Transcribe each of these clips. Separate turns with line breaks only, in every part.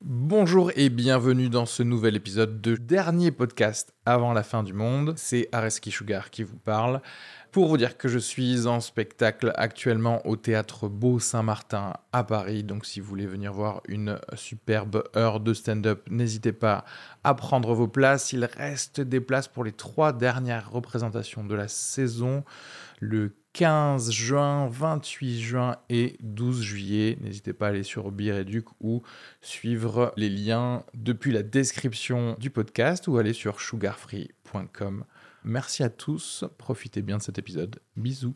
Bonjour et bienvenue dans ce nouvel épisode de dernier podcast avant la fin du monde. C'est Areski Sugar qui vous parle. Pour vous dire que je suis en spectacle actuellement au théâtre Beau Saint-Martin à Paris. Donc si vous voulez venir voir une superbe heure de stand-up, n'hésitez pas à prendre vos places. Il reste des places pour les trois dernières représentations de la saison. Le 15 juin, 28 juin et 12 juillet. N'hésitez pas à aller sur Bireduc ou suivre les liens depuis la description du podcast ou aller sur sugarfree.com. Merci à tous, profitez bien de cet épisode. Bisous.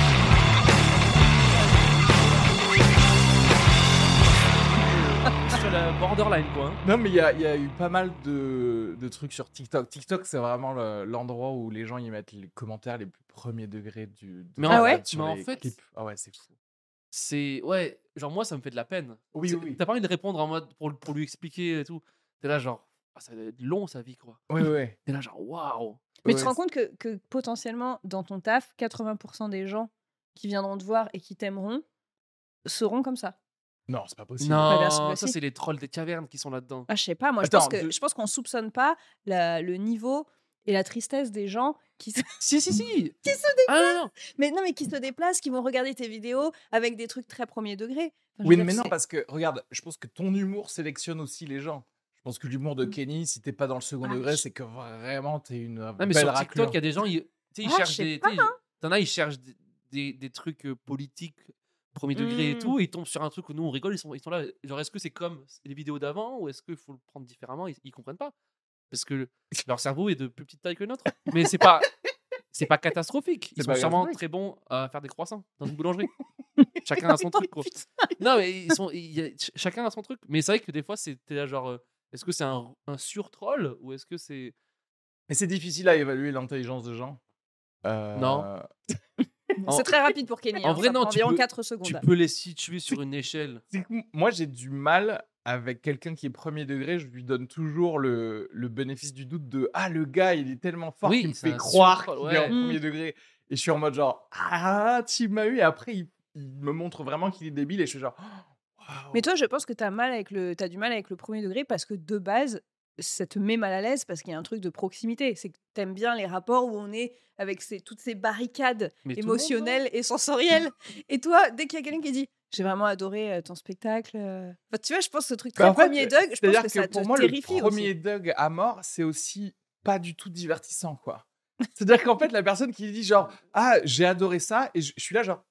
sur la borderline quoi. hein.
Non mais il y, a- il y a eu pas mal de, de trucs sur TikTok. TikTok c'est vraiment le- l'endroit où les gens y mettent les commentaires les plus premiers degrés du... de
Mais
la
en-
web
ouais
sur
mais en
les
fait-
clips. Ah ouais c'est fou.
C'est ouais, genre moi ça me fait de la peine.
Oui
C'est-
oui.
T'as pas envie de répondre en mode pour, pour lui expliquer et tout. T'es là genre ah, ça va être long sa vie quoi.
Oui oui.
T'es là genre waouh.
Mais tu
Ouais.
te rends compte que, que potentiellement, dans ton taf, 80% des gens qui viendront te voir et qui t'aimeront seront comme ça.
Non c'est pas possible.
Bah, bien sûr
Non,
que
ça
si.
c'est les trolls des cavernes qui sont là-dedans.
Ah, je sais pas, moi,
Attends,
je pense que-
je-
je pense qu'on soupçonne pas la- le niveau et la tristesse des gens qui se,
Si si si.
Qui se
Ah non, non.
mais non, mais qui se déplacent, qui vont regarder tes vidéos avec des trucs très premier degré. Enfin, je veux
Oui,
dire,
mais non,
c'est-
parce que regarde, je pense que ton humour sélectionne aussi les gens. Je pense que l'humour de Kenny, si t'es pas dans le second
Mm. Ah,
degré,
je-
c'est que vraiment t'es une euh,
Non, mais
belle
sur TikTok
raclure.
il y a des gens ils, tu sais, ils
Ah, je
cherchent
sais
des
pas,
tu sais, t'en as ils cherchent des, des, des trucs euh, politiques premier degré et
Hmm.
tout et ils tombent sur un truc où nous on rigole ils sont ils sont là genre est-ce que c'est comme les vidéos d'avant ou est-ce qu'il faut le prendre différemment ils, ils comprennent pas parce que leur cerveau est de plus petite taille que le nôtre mais c'est pas c'est pas catastrophique
C'est
ils sont
pas
sûrement
catastrophique.
très bons à faire des croissants dans une boulangerie chacun a son truc quoi. non mais ils sont il y a- ch- chacun a son truc mais c'est vrai que des fois c'était là genre euh, est-ce que c'est un, un sur-troll ou est-ce que c'est
Mais c'est difficile à évaluer l'intelligence des gens. Euh,
Non.
c'est
en-
très rapide pour Kenny.
En
hein,
vrai,
ça
non,
prend
tu
environ
peux-
4 secondes.
tu peux les situer sur une échelle
c'est que m- moi, j'ai du mal avec quelqu'un qui est premier degré. Je lui donne toujours le, le bénéfice du doute de Ah, le gars, il est tellement fort
Oui,
qu'il me
c'est
fait
un
croire qu'il
surcroît,
est en
ouais.
premier degré. Et je suis en mode genre Ah, tu m'as eu. Et après, il, il me montre vraiment qu'il est débile. Et je suis genre Oh, waouh.
Mais toi, je pense que t'as mal avec le, t'as du mal avec le premier degré parce que de base, ça te met mal à l'aise parce qu'il y a un truc de proximité. C'est que t'aimes bien les rapports où on est avec ces- toutes ces barricades
Mais tout le monde,
émotionnelles et sensorielles. Et toi, dès qu'il y a quelqu'un qui dit j'ai vraiment adoré euh, ton spectacle, euh. Enfin, tu vois, je pense que ce truc très
Bah, en fait,
premier degré, je pense
C'est-à-dire
que,
que,
ça
pour
te
moi,
terrifie
le premier
aussi.
Doug à mort, c'est aussi pas du tout divertissant, quoi. C'est-à-dire qu'en fait, la personne qui dit genre ah j'ai adoré ça et je, je suis là genre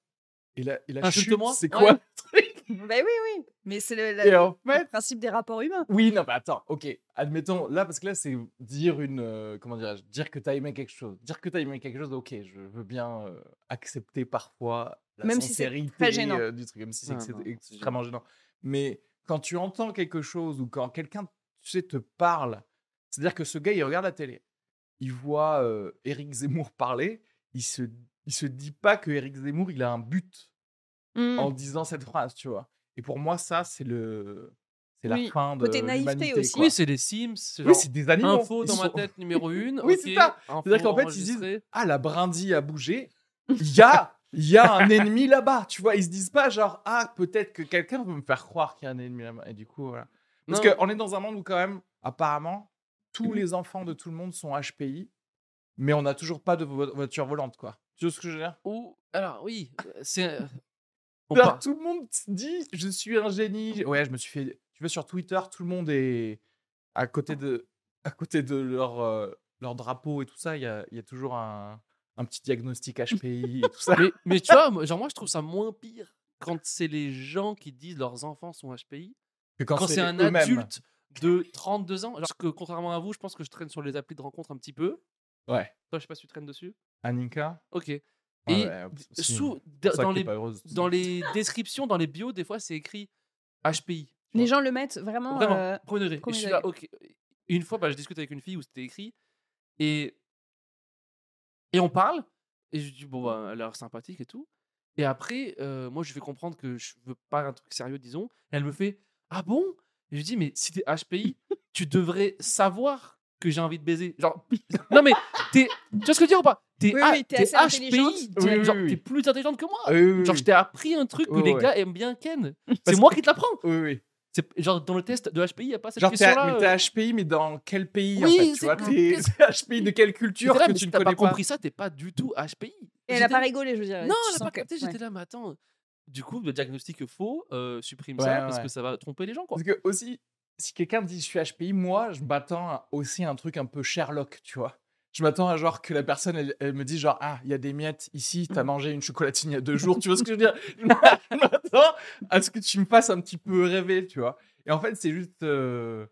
et la, et la chute,
Insulte-moi.
c'est
Ouais.
quoi le truc
Bah oui, oui. Mais c'est le, la-
Et en
le
fait,
principe des rapports humains.
oui, non, mais attends, ok, admettons là parce que là c'est dire une euh, comment dirais-je, dire que t'as aimé quelque chose, dire que t'as aimé quelque chose, ok, je veux bien euh, accepter parfois la
Même si c'est
sincérité
très gênant.
euh, du truc, même si c'est
Ah,
que c'est
non, c'est gênant.
extrêmement gênant. Mais quand tu entends quelque chose ou quand quelqu'un tu sais, te parle, c'est-à-dire que ce gars, il regarde la télé, il voit euh, Éric Zemmour parler, il se, il se dit pas que Éric Zemmour, il a un but
Mm.
en disant cette phrase, tu vois. Et pour moi, ça, c'est le, c'est la
Oui,
fin de
côté naïveté
l'humanité,
aussi.
quoi.
Oui, c'est les Sims. C'est
Oui,
genre
c'est des animaux.
info
Ils
dans ma
sont-
tête numéro une.
Oui,
ok,
c'est ça.
info
C'est-à-dire qu'en fait, ils disent-
enregistrée.
Ah, la brindille a bougé. Il y a, il y a un ennemi là-bas, tu vois. Ils se disent pas genre ah peut-être que quelqu'un veut me faire croire qu'il y a un ennemi là-bas. Et du coup voilà. Parce
Non. Mmh.
qu'on est dans un monde où quand même apparemment tous les enfants de tout le monde sont HPI, mais on n'a toujours pas de vo- voiture volante quoi. Tu vois ce que je veux dire
Ou alors oui, euh, c'est. euh, on
Alors,
part-
tout le monde se dit je suis un génie. Ouais, je me suis fait. Tu vois sur Twitter, tout le monde est à côté de à côté de leur euh, leur drapeau et tout ça. Il y a, il y a toujours un, un petit diagnostic HPI et tout ça.
mais, mais tu vois, moi- genre moi je trouve ça moins pire quand c'est les gens qui disent leurs enfants sont HPI.
Que
Quand, c'est un
eux-mêmes.
adulte de 32 ans, alors que contrairement à vous, je pense que je traîne sur les applis de rencontre un petit peu.
Ouais.
Toi, je sais pas si tu traînes dessus.
Aninka.
Ok. Et
Ouais, ouais,
d-
si.
sous,
C'est pour ça
dans
que t'es
les
pas heureuse.
dans les descriptions, dans les bios, des fois c'est écrit HPI.
Les gens le mettent
Hein,
vraiment.
Vraiment,
euh,
premier degré. Et
premier
je suis là,
degré.
ok. Une fois, bah, je discute avec une fille où c'était écrit et et on parle et je dis
Mmh.
bon, bah, elle a l'air sympathique et tout. Et après, euh, moi, je lui fais comprendre que je veux pas un truc sérieux, disons. Et elle me fait ah bon Et je lui dis, mais si t'es HPI, tu devrais savoir que j'ai envie de baiser. Genre, non mais, t'es- tu vois ce que je veux dire ou pas T'es
Oui,
A-
oui, t'es assez intelligente.
HPI, t'es-
Oui, oui,
genre,
oui.
t'es plus intelligente que moi.
Ah Oui, oui,
Genre, je
oui.
t'ai appris un truc que
Ouais,
les
ouais.
gars aiment bien Ken.
Parce
C'est
que-
moi qui te l'apprends.
Oui, oui.
C'est genre dans le test de HPI, il n'y a pas cette
Genre, t'es
question-là.
mais
euh.
t'es HPI, mais dans quel pays
Oui,
en fait, tu
c'est-
vois T'es t'es HPI de quelle culture
J'étais là,
que
mais
tu
si
ne
t'as
connais
pas
pas,
compris ça, t'es pas du tout HPI.
Et elle
J'étais
a pas
là-
rigolé, je veux dire.
Non,
tu
elle a
sens
pas
que-
capté.
ouais.
J'étais là, mais attends. Du coup, le diagnostic faux, euh, supprime
Ouais,
ça parce
ouais.
que ça va tromper les gens, quoi.
Parce que aussi, si quelqu'un dit je suis HPI, moi, je m'attends à- aussi à un truc un peu Sherlock, tu vois. Je m'attends à genre que la personne, elle, elle me dise genre, ah, il y a des miettes ici,
Mmh.
t'as mangé une chocolatine il y a deux jours, tu vois ce que je veux dire Je m'attends à ce que tu me fasses un petit peu rêver, tu vois. Et en fait, c'est juste... euh,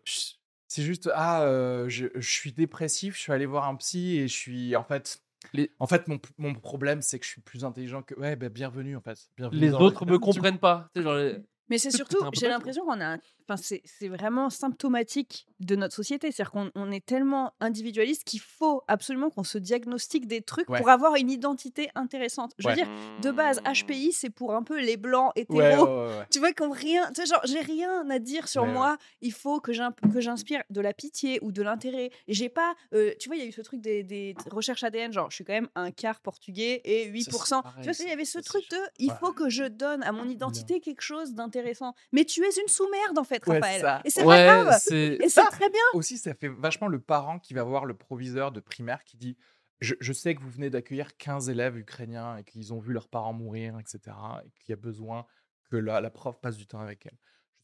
C'est juste, ah, euh, je, je suis dépressif, je suis allé voir un psy et je suis, en fait...
Les-
En fait, mon, mon problème, c'est que je suis plus intelligent que... Ouais, ben bienvenue, en fait. Bienvenue
Les
dans le-
autres me comprennent pas. Tu sais, genre, les-
Mais c'est
Peut-être que
surtout,
t'es un peu
j'ai
bête,
l'impression qu'on a. un- Enfin, c'est c'est vraiment symptomatique de notre société. C'est-à-dire qu'on on est tellement individualiste qu'il faut absolument qu'on se diagnostique des trucs
Ouais.
pour avoir une identité intéressante. Je veux
Ouais.
dire, de base, HPI, c'est pour un peu les blancs hétéros.
Ouais, ouais, ouais, ouais.
Tu vois, qu'on rien. Tu sais, genre, j'ai rien à dire sur
Ouais, ouais.
moi. Il faut que j'in- que j'inspire de la pitié ou de l'intérêt. Et j'ai pas. euh, tu vois, il y a eu ce truc des, des recherches ADN. Genre, je suis quand même un quart portugais et 8%.
pareil,
tu vois,
ça,
il y avait ce
ça, c'est
truc de. Il
Ouais.
faut que je donne à mon identité quelque chose d'intéressant. Mais tu es une sous-merde, en fait,
Ouais, Ah
Raphaël.
ça.
Et c'est
Ouais,
pas grave.
c'est-
Et c'est très bien.
aussi, ça fait vachement le parent qui va voir le proviseur de primaire qui dit je, je sais que vous venez d'accueillir 15 élèves ukrainiens et qu'ils ont vu leurs parents mourir, etc. et qu'il y a besoin que la, la prof passe du temps avec elle.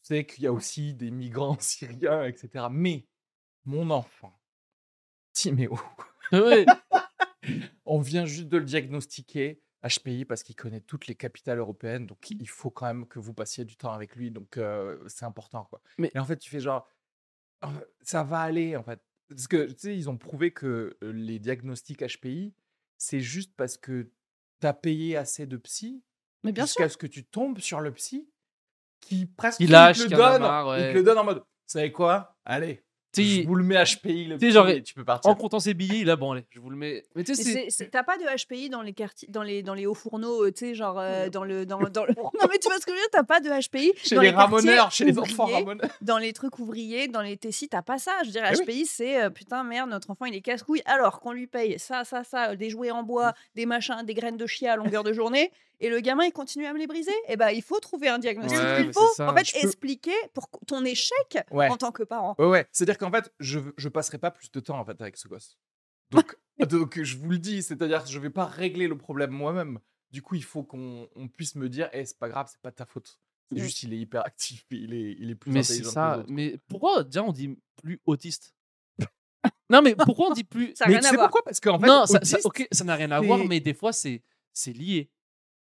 Je sais qu'il y a aussi des migrants syriens, etc. Mais mon enfant, Timéo,
Ouais.
on vient juste de le diagnostiquer. HPI parce qu'il connaît toutes les capitales européennes, donc
Mmh.
il faut quand même que vous passiez du temps avec lui, donc euh, c'est important quoi.
Mais-
Et en fait, tu fais genre Ah, ça va aller en fait, parce que tu sais ils ont prouvé que euh, les diagnostics HPI c'est juste parce que t'as payé assez de psy
Mais
jusqu'à ce que tu tombes sur le psy qui presque
Il lâche,
te
qu'il
le
y en a
donne,
marre,
il
ouais.
te le donne en mode, vous savez quoi, allez,
Tu
je
sais,
vous le mets HPI le
tu sais,
psy,
genre,
et tu peux partir.
en comptant ses billets, il a bon, allez, je vous le mets. Mais tu sais,
Mais
c'est.
c'est- c'est- T'as pas de HPI dans les quartiers, dans les dans les hauts fourneaux, euh, tu sais, genre euh, dans le dans, dans le- Non mais tu vois ce que je veux dire T'as pas de HPI
Chez
dans
les
quartiers
ramoneurs, chez les enfants
ouvriers,
ramoneurs.
dans les trucs ouvriers, dans les Tessis, t'as pas ça. Je veux dire,
Eh oui.
HPI, c'est euh, putain, merde, notre enfant, il est casse-couille. Alors qu'on lui paye ça, ça, ça, euh, des jouets en
Mmh.
bois, des machins, des graines de chia à longueur de journée, et le gamin, il continue à me les briser. Eh ben, il faut trouver un diagnostic.
Ouais, mais
il faut,
c'est ça.
en fait,
Je peux-
expliquer pour ton échec
Ouais.
en tant que parent.
Ouais, ouais. C'est-à-dire qu'en fait, je, veux- je passerai pas plus de temps en fait avec ce gosse. Donc, donc je vous le dis, c'est-à-dire que je vais pas régler le problème moi-même. Du coup, il faut qu'on on puisse me dire, eh, c'est pas grave, c'est pas de ta faute. C'est
Mm.
juste, il est hyper actif, il est, il est plus
Mais c'est
intelligent. que les
ça.
autres.
Mais pourquoi déjà on dit plus autiste Non, mais pourquoi on dit plus
Ça n'a
Mais
rien
tu
à
sais
voir.
pourquoi Parce qu'en fait,
Non, ça, ça-
autiste,
ok, ça n'a rien à voir,
c'est-
mais des fois c'est c'est lié.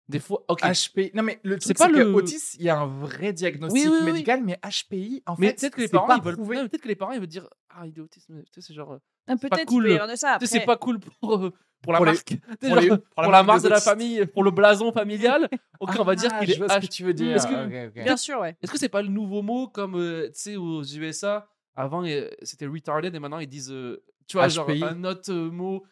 Des fois, ok.
HPI. Non, mais le
C'est
truc,
pas
c'est que
le-
autiste, il y a un vrai diagnostic
Oui, oui, oui.
médical, mais HPI, en
mais
fait,
peut-être que les
c'est
parents
pas
ils veulent.
prouvé.
non, mais peut-être que les parents ils veulent dire ah il est autiste. mais Tu sais, c'est genre. euh,
Ah,
pas
Peut-être qu'il
cool.
peut y avoir de ça.
tu sais, c'est
après.
pas cool pour euh, pour la
Pour les-
marque. Tu sais,
pour les-
genre,
pour la
pour la
marque
marque
des
de la
autistes.
famille, pour le blason familial. Ok, on va dire
Ah,
qu'il
je
est
vois ce que
H.
tu veux dire. Ah,
Est-ce que-
Ok, ok.
Bien sûr, ouais.
Est-ce que c'est pas le nouveau mot comme euh, tu sais aux USA avant euh, c'était retarded et maintenant ils disent euh, tu vois genre
HPI.
un autre euh, mot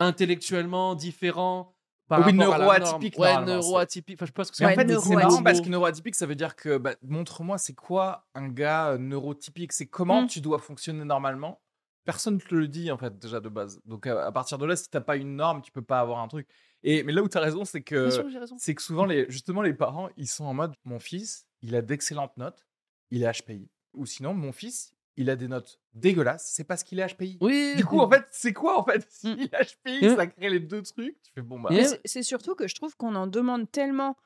intellectuellement différent par
Oui,
rapport à la norme.
neuroatypique,
ouais
normalement, c'est-
neuroatypique enfin je pense que c'est
Mais en
Ouais,
fait, c'est
neuroatypique.
marrant parce que neuroatypique, ça veut dire que bah, montre-moi, c'est quoi un gars euh, neurotypique C'est comment
Mmh.
Mm.
tu dois fonctionner normalement Personne ne te le dit, en fait, déjà de base. Donc, à, à partir de là, si t'as pas une norme, tu peux pas avoir un truc. Et, mais là où tu as raison, c'est que,
Bien sûr que j'ai raison.
c'est que souvent, les, justement, les parents, ils sont en mode mon fils, il a d'excellentes notes, il est HPI. Ou sinon, mon fils, il a des notes dégueulasses, c'est parce qu'il est HPI.
oui
Du coup, en fait, c'est quoi, en fait
Mm.
Il est HPI,
Yeah.
ça crée les deux trucs. Tu fais bon, bah.
Yeah.
Mais c'est- C'est surtout que je trouve qu'on en demande tellement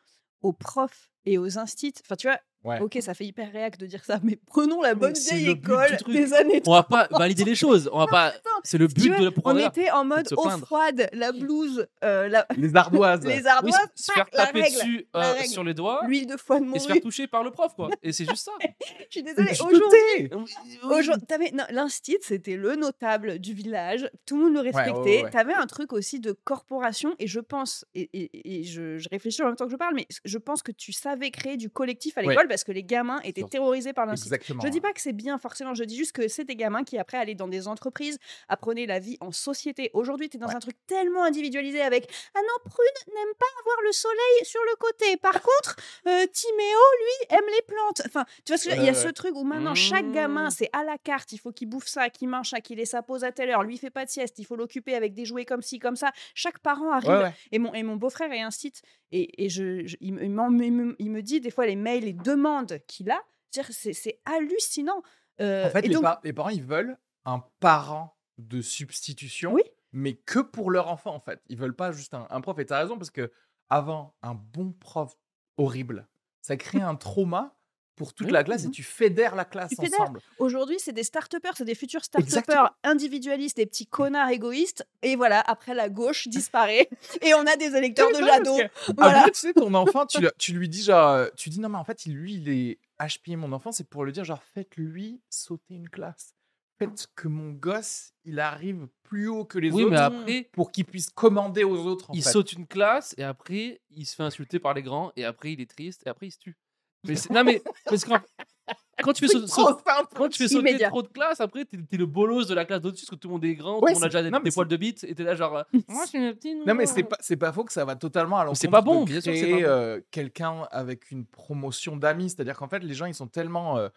aux profs et aux instits. Enfin, tu vois,
Ouais.
ok, ça fait hyper réac de dire ça, mais prenons la
Mais
bonne
c'est
vieille
le but du
école
truc.
des années
on va pas valider les choses on va pas c'est le
Tu
but
vois,
de la pourquoi
on
on est là.
était en mode
se
eau
plaindre.
froide, la blouse, euh, la-
Les ardoises.
les
Oui,
ardoises,
se se faire
la
taper
règle,
dessus
la
euh,
règle.
sur les doigts
l'huile de foie de
et se faire
morue.
toucher par le prof quoi et c'est juste ça
Je suis désolée,
Je
aujourd'hui,
doutais.
Aujourd'hui, t'avais- non, l'instit, c'était le notable du village. Tout le monde le respectait.
ouais, ouais.
T'avais un truc aussi de corporation. Et je pense, et, et- et je, je réfléchis en même temps que je parle, mais je pense que tu savais créer du collectif à
Ouais.
l'école parce que les gamins étaient
Sur-
terrorisés par l'institut.
Exactement.
Je dis pas que c'est bien forcément, je dis juste que c'est des gamins qui après allaient dans des entreprises, apprenaient la vie en société. Aujourd'hui, tu es dans
Ouais.
un truc tellement individualisé avec Ah non, Prune n'aime pas avoir le soleil sur le côté. Par contre, euh, Timéo, lui, aime les plantes. Enfin, tu vois, ce que je veux dire il y a
Ouais, ouais.
ce truc où maintenant chaque gamin,
Mmh.
c'est à la carte, il faut qu'il bouffe ça, qu'il mange ça, qu'il ait sa pause à telle heure, lui il fait pas de sieste, il faut l'occuper avec des jouets comme ci, comme ça. Chaque parent arrive
Ouais, ouais.
et mon, et mon beau-frère est un site. Et, et je, je- il, me- il m'en- il me, il me dit des fois les mails, les demandes qu'il a. C'est-à-dire, C'est c'est hallucinant. Euh,
En fait,
et
les,
donc,
par- les parents, ils veulent un parent de substitution,
Oui.
mais que pour leur enfant, en fait. Ils veulent pas juste un, un prof. Et t'as raison, parce que avant, un bon prof horrible, ça crée un trauma pour toute
Oui.
la classe et tu fédères la classe
mhm. Tu fédères.
ensemble.
aujourd'hui, c'est des start c'est des futurs
Exactement.
start individualistes, des petits connards égoïstes. Et voilà, après, la gauche disparaît. et on a des électeurs de
C'est dingue,
Jadot.
parce que- Ah
Voilà.
Après, tu sais, ton enfant, tu, le- tu lui dis genre, euh, tu dis non, mais en fait, il- lui, il est HPI, mon enfant, c'est pour lui dire genre, faites-lui sauter une classe. Faites que mon gosse, il arrive plus haut que les
Oui,
autres
mais après,
pour qu'il puisse commander aux autres. en
il
fait.
saute une classe et après, il se fait insulter par les grands et après, il est triste et après, il se tue. Mais c'est- non, mais parce qu'en- quand tu fais
C'est
saut-
trop
saut-
simple.
quand tu fais sauter
Immédiat.
trop de classes, après, t'es t'es le bolos de la classe d'au-dessus parce que tout le monde est grand,
Ouais,
tout le monde a
c'est-
déjà des,
non, mais
des poils de bite et t'es là genre. euh, Moi, je suis une petite.
Non mais c'est pas c'est pas faux que ça va totalement à l'encontre
c'est pas bon,
de
bien sûr que c'est
créer
pas bon.
euh, quelqu'un avec une promotion d'amis, c'est-à-dire qu'en fait les gens ils sont tellement euh,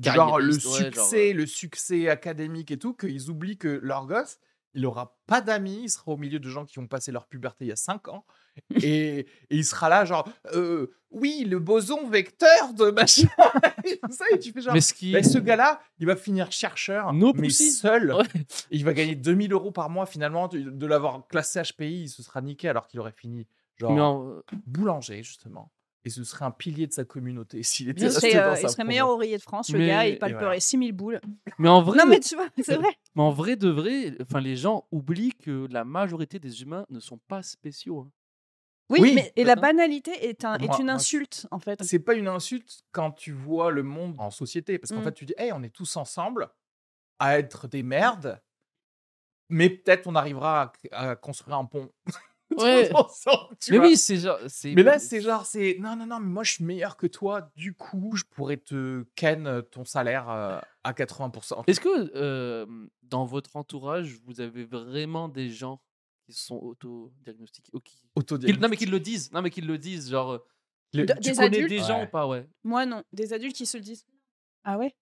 genre le
Carriériste, ouais, genre, euh.
succès, le succès académique et tout qu'ils oublient que leur gosse, il aura pas d'amis, il sera au milieu de gens qui ont passé leur puberté il y a 5 ans et, et il sera là genre euh, oui, le boson vecteur de machin et tout ça et tu fais genre
Mais ce qui.
Ben, ce gars-là, il va finir chercheur,
No
mais
pussy.
seul.
Ouais.
Et il va gagner 2000 euros par mois finalement. De, de l'avoir classé HPI, il se sera niqué alors qu'il aurait fini genre
Mais en- euh,
boulanger justement. Et ce serait un pilier de sa communauté s'il était
Il
resté
serait,
dans
euh,
sa
il serait
promo.
meilleur ouvrier de France, le
Mais-
gars, il
et
palperait
voilà.
6000 boules.
mais en vrai,
Non, mais tu vois, c'est vrai.
Mais en vrai de vrai, enfin les gens oublient que la majorité des humains ne sont pas spéciaux. hein.
Oui,
Oui.
mais et la banalité est, un,
Moi-
est une
moi,
insulte, en fait.
C'est pas une insulte quand tu vois le monde en société parce qu'en
Mm.
fait tu dis hey, on est tous ensemble à être des merdes. Mais peut-être on arrivera à, à construire un pont. tous
Ouais.
ensemble, tu
Mais
vois.
oui, c'est genre. c'est-
Mais là, c'est genre, c'est non, non, non, mais moi je suis meilleur que toi, du coup, je pourrais te ken ton salaire euh, à 80%.
Est-ce que euh, dans votre entourage, vous avez vraiment des gens qui se sont auto-diagnostiqués ou qui- qui-
Autodiagnostic.
Non, mais qui le disent. Non, mais qui le disent. Genre, euh,
Le-
De-
tu
Des
connais
adultes
des gens
Ouais.
ou pas Ouais.
Moi, non. Des adultes qui se le disent. Ah ouais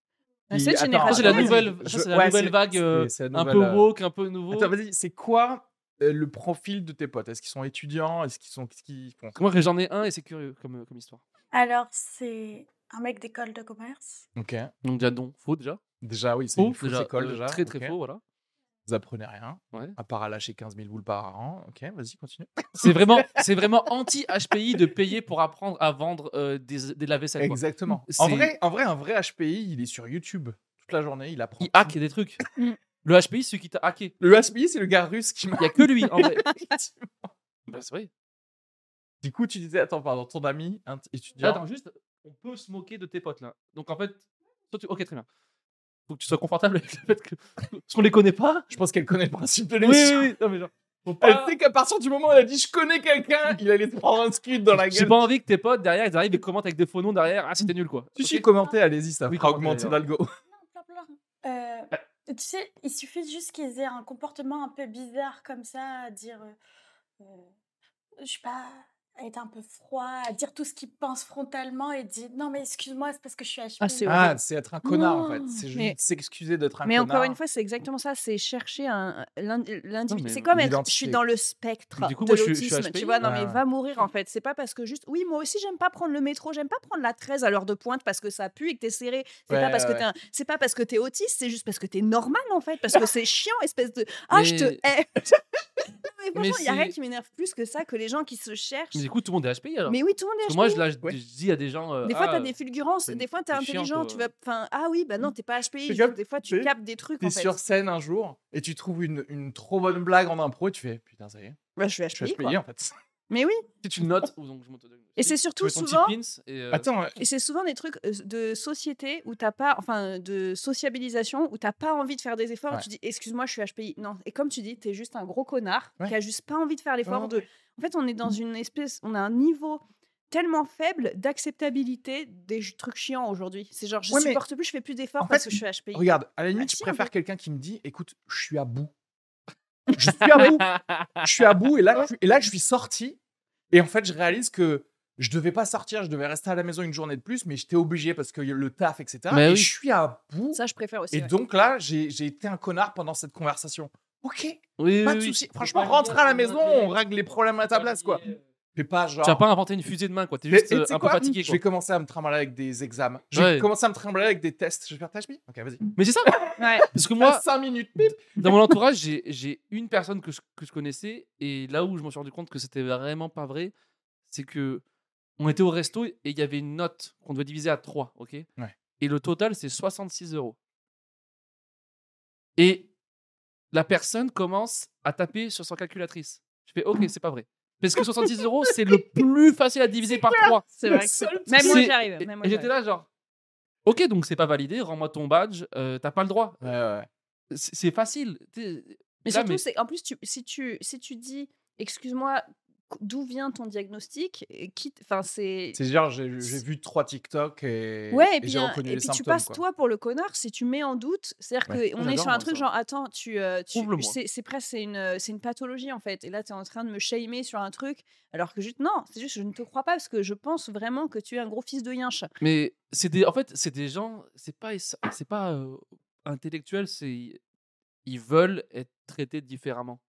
Il-
Cette
attends,
Ça,
génération.
Bah, c'est la
vas-y,
nouvelle, ça,
Ah, je-
c'est la
ouais,
nouvelle
c'est-
vague.
c'est-
euh,
c'est la
un peu
nouvelle, euh,
woke, un peu nouveau.
Attends, vas-y, c'est quoi euh, le profil de tes potes Est-ce qu'ils sont étudiants Est-ce qu'ils sont. Qu'est-ce qu'ils font
Moi, j'en ai un et c'est curieux comme, euh, comme histoire.
Alors, c'est un mec d'école de commerce.
Ok.
Donc, déjà, non, faux déjà.
Déjà, oui, c'est
Faux,
une fausse école
euh,
déjà.
Très, très
ok.
faux, voilà.
Vous apprenez rien,
Ouais.
à part à lâcher 15 000 boules par an. Ok, vas-y, continue.
C'est vraiment, c'est vraiment anti-HPI de payer pour apprendre à vendre euh, des, des lave-vaisselle. quoi. Mmh,
Exactement. En
C'est-
vrai, en vrai, un vrai HPI, il est sur YouTube toute la journée, il apprend.
Il hack des trucs.
Mm.
Le HPI, c'est celui qui t'a hacké.
Le HPI, c'est le gars russe qui m'a.
Il n'y a que lui, en vrai. Bah, c'est vrai.
Du coup, tu disais, attends, pardon, ton ami un t- étudiant.
Attends, juste, on peut se moquer de tes potes, là. Donc, en fait, toi, tu- ok, très bien. Faut que tu sois confortable avec le fait que. Parce qu'on les connaît pas.
Je pense qu'elle connaît le principe de
Oui, oui,
l'émission.
oui. Non, mais genre, faut
Elle
pas.
sait qu'à partir du moment où elle a dit je connais quelqu'un, il allait se prendre un scud dans la
J'ai
gueule.
pas envie que tes potes derrière ils arrivent et commentent avec des faux noms derrière. Ah, c'était nul quoi.
Si,
Ok.
si, commentez, allez-y, ça
Oui,
fera
commentez,
augmenter l'algo.
alors.
Plein, plein. Euh,
Ah.
tu sais, il suffit juste qu'ils aient un comportement un peu bizarre comme ça, à dire, euh, euh, je sais pas, à être un peu froid, à dire tout ce qu'ils pensent frontalement et dire non mais excuse-moi, c'est parce que je suis HP.
Ah, c'est horrible.
Ah, c'est être un connard en fait. C'est juste
Mais-
s'excuser d'être un
Mais
connard.
encore une fois, c'est exactement ça. C'est chercher un
Non, mais
l'individu. C'est comme être. Je suis
l'identité.
dans le spectre
Du coup,
de
moi, je suis- je suis Ah.
l'autisme.
HPI.
Tu vois, non
Ouais,
mais
ouais.
va mourir en fait. C'est pas parce que juste. Oui, moi aussi, j'aime pas prendre le métro. J'aime pas prendre la 13 à l'heure de pointe parce que ça pue et que t'es serré. C'est
Ouais,
pas parce
ouais,
que t'es. un- C'est pas parce que t'es autiste. C'est juste parce que t'es normal en fait. Parce que c'est chiant, espèce de. Ah, je te
Mais-
hais. Non, mais
Mais
franchement, il y a
c'est-
rien qui m'énerve plus que ça, que les gens qui se cherchent.
Mais du coup, tout le monde est HPI alors.
Mais oui, tout le monde est
Parce que moi,
HPI.
je, là, je-
Ouais.
je dis à des gens. euh,
Des fois,
ah,
t'as des fulgurances,
c'est-
des fois, t'es
c'est chiant,
intelligent,
quoi.
tu vas. Enfin, ah oui, bah non, t'es pas HPI.
Tu
du
captes,
coup, Des fois,
tu
tu
sais,
captes des trucs.
Mmh. T'es
En fait.
sur scène un jour et tu trouves une, une trop bonne blague en impro et tu fais putain, ça y est,
Bah, je suis
je suis
HPI. quoi.
HPI en fait.
Mais oui.
C'est une note. ou donc je m'auto-diagnostique.
Et c'est
Tu
surtout
mets ton petit
souvent-
pins et, euh,
Attends, euh,
Et c'est souvent des trucs euh, de société où t'as pas, enfin, de sociabilisation où t'as pas envie de faire des efforts.
Ouais.
Tu dis, excuse-moi, je suis HPI. Non. Et comme tu dis, t'es juste un gros connard
Ouais.
qui a juste pas envie de faire l'effort
Ouais.
de. En fait, on est dans une espèce, on a un niveau tellement faible d'acceptabilité des ju- trucs chiants aujourd'hui. C'est genre, je
Ouais, mais-
supporte plus, je fais plus d'efforts
En
parce
fait,
que je suis HPI.
Regarde, à la limite,
ah, si,
je
un
préfère quelqu'un qui me dit écoute, je suis à bout. Je suis à bout. Je suis à bout et là, je, suis- et là, je suis sorti. Et en fait, je réalise que je devais pas sortir, je devais rester à la maison une journée de plus, mais j'étais obligé parce que le taf, etc.
Mais
et
Bah oui.
je suis à bout.
Ça, je préfère aussi.
et
ouais.
donc là, j'ai j'ai été un connard pendant cette conversation. Ok,
Oui,
pas
oui,
de
oui.
souci. Franchement, rentre à la maison, on règle les problèmes à ta place, quoi. Mais pas genre.
Tu vas pas inventé une fusée de main, quoi. T'es
Mais-
juste
et
euh,
tu sais
un peu
quoi
fatigué,
Je
quoi.
vais commencer à me trimballer avec des examens. Je vais
Ouais.
commencer à me trimballer avec des tests. Je vais faire tâche Ok, vas-y.
Mais c'est ça.
Ouais.
Parce que
Moi,
moi,
5 minutes. bip.
dans mon entourage, j'ai- j'ai une personne que je, que je connaissais et là où je m'en suis rendu compte que c'était vraiment pas vrai, c'est que on était au resto et il y avait une note qu'on devait diviser à 3, ok Et le total, c'est 66 euros. Et la personne commence à taper sur son calculatrice. Je fais, ok, c'est pas vrai. Parce que 66 euros, c'est le plus facile à diviser par 3.
C'est
Le
vrai. que c'est-
seul
Même moi,
C'est-
j'y arrive.
Et,
Même moi,
et
j'y
j'étais
arrive.
là, genre, ok, donc c'est pas validé, rends-moi ton badge, euh, t'as pas le droit.
Ouais, ouais.
C'est c'est facile. T'es-
Mais
là,
surtout,
mais-
c'est en plus, tu- si, tu, si tu dis, excuse-moi, qu- d'où vient ton diagnostic et qui t- Enfin, c'est.
C'est genre, j'ai j'ai vu trois TikTok et,
Ouais, et
et
puis,
j'ai
un-
reconnu
et
les
puis tu
symptômes.
passes
quoi.
toi pour le connard si tu mets en doute. C'est-à-dire
Ouais.
Ah,
qu'on est
j'adore,
sur un
moi,
truc
ça.
genre, attends, tu, euh, tu-
Prouve-le-moi.
c'est c'est presque c'est une, euh, c'est une pathologie en fait. Et là, tu es en train de me shamer sur un truc. Alors que juste, non, c'est juste, je ne te crois pas parce que je pense vraiment que tu es un gros fils de yinche.
Mais c'est des, en fait, c'est des gens, c'est pas, es- c'est pas euh, intellectuel, c'est ils veulent être traités différemment.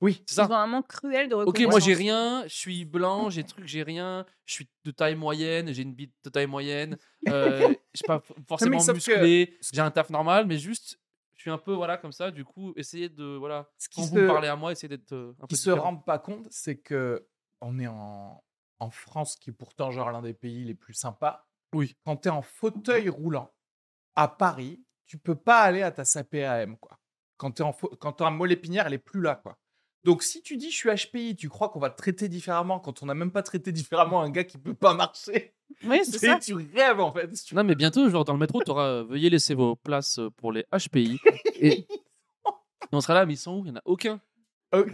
Oui.
C'est
Ils ont
ça.
un manque cruel de
Ok,
reconnaissance.
moi j'ai rien, je suis blanc, j'ai truc, j'ai rien, je suis de taille moyenne, j'ai une bite de taille moyenne, euh, je suis pas for- forcément
sauf que-
musclé, j'ai un taf normal, mais juste, je suis un peu voilà comme ça. Du coup, essayez de voilà,
Ce qui
quand
se,
vous me parlez à moi, essayez d'être euh, un peu
qui se
différent.
rendent pas compte, c'est que on est en, en France, qui est pourtant genre l'un des pays les plus sympas.
Oui.
Quand t'es en fauteuil roulant à Paris, tu peux pas aller à ta SAPAM, quoi. Quand t'es en fa- quand t'as un mollet pinière, elle est plus là, quoi. Donc si tu dis je suis HPI, tu crois qu'on va te traiter différemment quand on n'a même pas traité différemment un gars qui peut pas marcher.
Oui, c'est ça.
Tu rêves en fait. Tu-
Non, mais bientôt, genre dans le métro, tu auras veuillez laisser vos places euh, pour les HPI. Et, et on sera là, mais ils sont où Il n'y en a aucun.
Ok.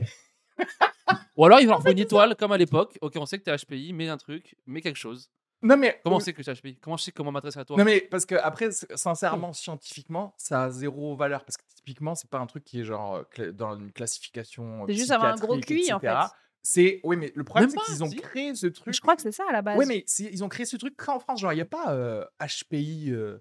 Ou alors, il va leur faut une étoile, comme à l'époque. Ok, on sait que t'es HPI, mais un truc, mais quelque chose.
Non mais
Comment on sait que t'es HPI Comment je sais comment m'adresser à toi
Non mais parce que après s-
Mmh.
sincèrement scientifiquement ça a zéro valeur parce que typiquement c'est pas un truc qui est genre euh, cla- dans une classification euh,
C'est juste avoir un gros
psychiatrique,
QI, en
etc..
fait.
C'est oui mais le problème
Même
c'est
pas,
qu'ils ont
si.
créé ce truc.
Je crois que c'est ça à la base.
Oui mais c'est- ils ont créé ce truc qu'en France genre il y a pas euh, HPI euh,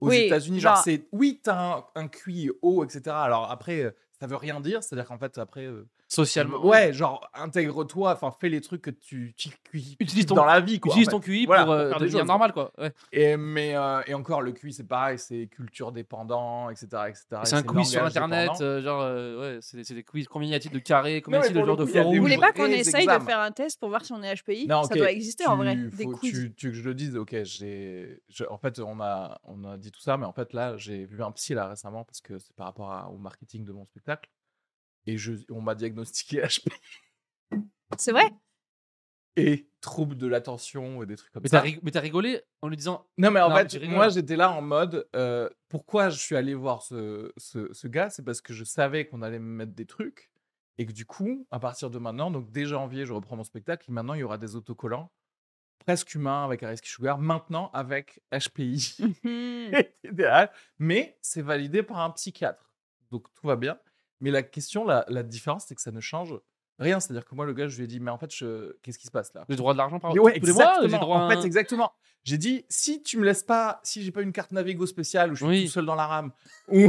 aux
Oui,
États-Unis genre
bah-
c'est oui t'as un, un QI haut etc. Alors après euh, ça veut rien dire c'est à dire qu'en fait après euh,
Socialement.
ouais genre intègre-toi enfin fais les trucs que tu, tu, tu-
Utilise ton,
dans la vie quoi. en
utilise
fait.
ton QI
Voilà,
pour,
pour
euh,
faire des
devenir
choses,
normal, quoi. Ouais.
Et, mais, euh, et encore, le QI, c'est pareil, c'est culture dépendant, etc. etc.
C'est un quiz sur
langage
Internet,
dépendant.
euh, genre, euh, ouais, c'est des- c'est des quiz. Combien y a-t-il de carrés Combien
Non,
y
mais
a-t-il de
pour le
jours de
coup, il y a
forums
des
Vous voulez
vrais
pas qu'on essaye de
examens.
faire un test pour voir si on est HPI
Non,
Ça
ok,
doit exister en vrai.
Tu-
Des
faut-
quiz.
tu, tu que je le dise, ok, j'ai. je- En fait, on a, on a dit tout ça, mais en fait, là, j'ai vu un psy là récemment parce que c'est par rapport à- au marketing de mon spectacle. Et je, on m'a diagnostiqué HP
C'est vrai
et trouble de l'attention et des trucs comme
Mais t'as
ça.
rig- mais t'as rigolé en lui disant
Non, mais en
Non, mais tu
fait,
rigoles.
moi, j'étais là en mode euh, pourquoi je suis allé voir ce, ce, ce gars C'est parce que je savais qu'on allait me mettre des trucs et que du coup, à partir de maintenant, donc dès janvier, je reprends mon spectacle et maintenant, il y aura des autocollants presque humains avec Areski Sugar, maintenant avec HPI
Hmm.
et TDAH, mais c'est validé par un psychiatre. Donc tout va bien. Mais la question, la, la différence, c'est que ça ne change rien. C'est-à-dire que moi, le gars, je lui ai dit mais en fait, je... qu'est-ce qui se passe là
j'ai droit à de l'argent par
mais ouais,
tous les mois,
Oh, exactement.
j'ai droit à
En
un-
fait, exactement. J'ai dit, si tu me laisses pas, si j'ai pas une carte Navigo spéciale ou je suis
Oui.
tout seul dans la rame, ou,
Oui,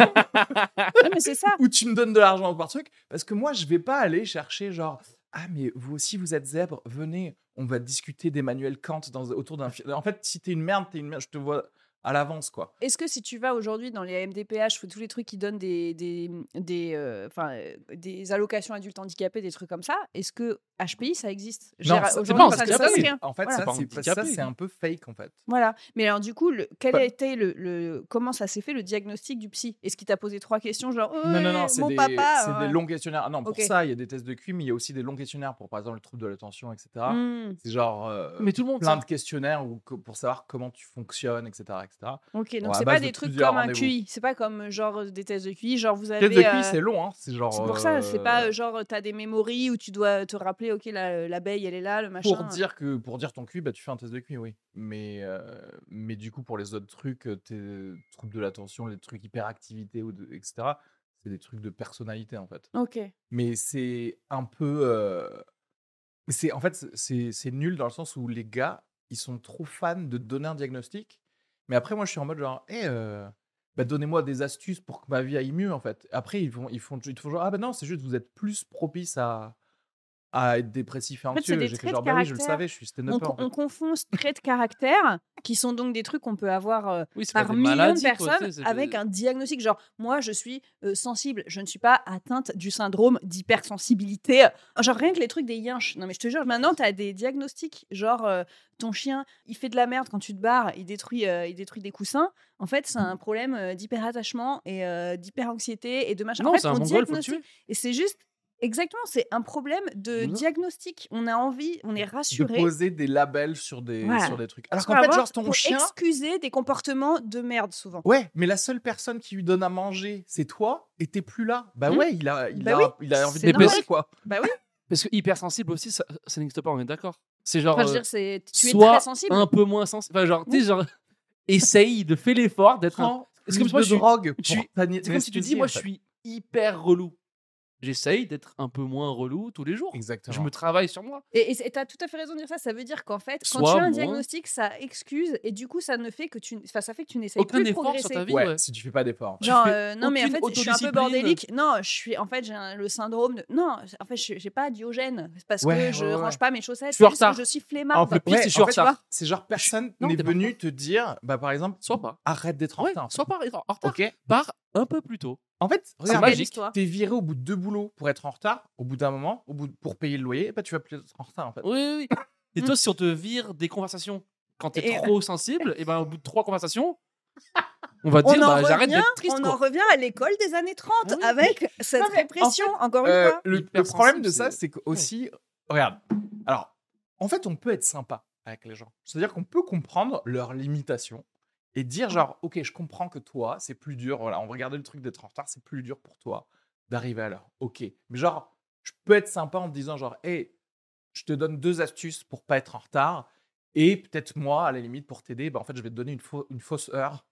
mais c'est ça.
ou tu me donnes de l'argent par truc, parce que moi, je vais pas aller chercher genre, ah, mais vous aussi, vous êtes zèbre, venez, on va discuter d'Emmanuel Kant dans, autour d'un fi- En fait, si t'es une merde, t'es une merde, je te vois à l'avance, quoi.
Est-ce que si tu vas aujourd'hui dans les MDPH, tous les trucs qui donnent des, des, des, euh, enfin, euh, des allocations adultes handicapés, des trucs comme ça, est-ce que HPI, ça existe Je veux dire,
ça-
aujourd'hui,
pas
ça ne
handicapé.
donne rien.
En fait,
Voilà.
ça,
Pas
c'est-
handicapé.
ça, c'est un peu fake, en fait.
Voilà. Mais alors, du coup, le- quel
Pas-
a été le, le- comment ça s'est fait le diagnostic du psy Est-ce qu'il t'a posé trois questions, genre
Non, non, non,
Ouais,
c'est
mon
des,
papa hein,
c'est
ouais.
des longs questionnaires. Ah Non, pour
Ok.
ça, il y a des tests de QI, mais il y a aussi des longs questionnaires pour, par exemple, le trouble de l'attention, etc.
Hmm.
C'est genre. euh,
Mais tout le monde.
plein
ça.
de questionnaires ou co- pour savoir comment tu fonctionnes, etc. etc. etc.
Ok,
Bon,
donc
à
c'est
base
pas
de
des trucs
plusieurs
comme un
rendez-vous.
QI. C'est pas comme genre euh, des tests de QI. Genre vous avez.
Test de QI,
euh,
c'est long, hein. C'est genre.
c'est pour ça, c'est pas
euh,
euh, genre t'as des mémories où tu dois te rappeler, ok, la- l'abeille elle est là, le machin. hein.
Pour dire, que, pour dire ton QI, bah, tu fais un test de QI, oui. Mais, euh, mais du coup, pour les autres trucs, euh, tes troubles de l'attention, les trucs hyperactivité, ou de, etc., c'est des trucs de personnalité, en fait.
Ok.
mais c'est un peu. euh, C'est en fait c'est c'est nul dans le sens où les gars ils sont trop fans de donner un diagnostic, mais après moi je suis en mode genre eh euh, bah, donnez-moi des astuces pour que ma vie aille mieux en fait. Après ils vont ils font ils te font genre ah ben non c'est juste vous êtes plus propice à à être dépressif et
fait, c'est
anxieux.
des
J'ai fait
traits de
genre bah oui je le
caractère.
savais je suis
On,
stand-upper.
on
en fait.
confond ce trait de caractère, qui sont donc des trucs qu'on peut avoir euh,
Oui, c'est pas
par
des
millions
maladies,
de
quoi, tu sais,
personnes
c'est des-
avec un diagnostic. Genre, moi, je suis euh, sensible, je ne suis pas atteinte du syndrome d'hypersensibilité. Euh, Genre, rien que les trucs des yinches. Non, mais je te jure, maintenant, tu as des diagnostics. Genre, euh, ton chien, il fait de la merde quand tu te barres, il détruit, euh, il détruit des coussins. En fait, c'est un problème euh, d'hyperattachement et euh, d'hyperanxiété et de machin. en
Non,
fait,
c'est un
on
mongol, faut le
diagnostique-
tuer.
Et c'est juste. Exactement, c'est un problème de
Voilà.
diagnostic. On a envie, on est
de
rassuré.
poser des labels sur des
Voilà.
sur des trucs. Alors
Pour
qu'en fait
avoir-
genre ton
pour
chien
excuser des comportements de merde souvent.
Ouais, mais la seule personne qui lui donne à manger, c'est toi, et t'es plus là. Bah
Mhm.
ouais, il a, il
Bah
a,
oui,
il a envie
c'est
de
normal.
baiser, quoi.
Bah oui.
Parce que hypersensible aussi, ça, ça n'existe pas, on est d'accord. C'est genre.
Enfin, je veux
euh,
dire, c'est tu es
soit
très sensible.
un peu moins sensible. Enfin, genre, tu sais, genre, essaye de faire l'effort d'être un.
Prends
Parce que
plus
moi,
de
je suis-
drogue.
je suis-
pour ta
C'est comme si tu
anesthésie,
dis, moi,
en
je
fait.
suis hyper relou. J'essaye d'être un peu moins relou tous les jours.
Exactement.
Je me travaille sur moi.
Et et- et t'as tout à fait raison de dire ça. Ça veut dire qu'en fait, quand
Soit
tu as un
moins.
diagnostic, ça excuse et du coup, ça ne fait que tu, enfin, ça fait que tu n'essayes
Aucun
plus de
effort sur
progresser.
ta vie.
Ouais,
ouais.
si tu fais pas d'efforts.
Tu
Genre,
fais
euh, non, mais en fait,
aucune
je suis un peu
autodiscipline.
bordélique. Non, je suis, en fait, j'ai un- le syndrome de. Non, c'est- en fait, je- j'ai pas Diogène. C'est parce
Ouais,
que je
ouais, ouais.
range pas mes chaussettes.
Je suis en
c'est juste que
retard.
Je suis
En
flemmarde.
plus, le pire,
Ouais,
c'est que je suis en
en fait,
retard.
C'est genre, personne
Non,
n'est
t'es pas
venu te dire, bah par exemple,
Soit pas.
arrête d'être en
Ouais,
retard. en fait.
soit pas en retard. En retard.
Ok.
Pars un peu plus tôt.
En fait,
C'est
regarde,
magique.
t'es viré au bout de deux boulots pour être en retard, au bout d'un moment, au bout de- pour payer le loyer, bah tu vas plus être en retard en fait.
Oui, oui, oui. Et toi, si on te vire des conversations quand t'es
Et-
trop sensible, et ben au bout de trois conversations, on va te
On
dire,
en
bah, j'arrête
revient,
d'être triste.
on
quoi.
en revient à l'école des années 30
Ah oui.
avec cette
Non, mais en
répression, encore une
Euh,
fois.
le,
Hyper
le problème
sensible,
de ça,
c'est-
c'est qu'aussi, regarde, alors, en fait, on peut être sympa avec les gens. C'est-à-dire qu'on peut comprendre leurs limitations et dire genre, ok, je comprends que toi, c'est plus dur, voilà, on regardait le truc d'être en retard, c'est plus dur pour toi d'arriver à l'heure. Ok, mais genre, je peux être sympa en te disant genre, hey, je te donne deux astuces pour pas être en retard et peut-être moi, à la limite, pour t'aider, bah, en fait, je vais te donner une, fau- une fausse heure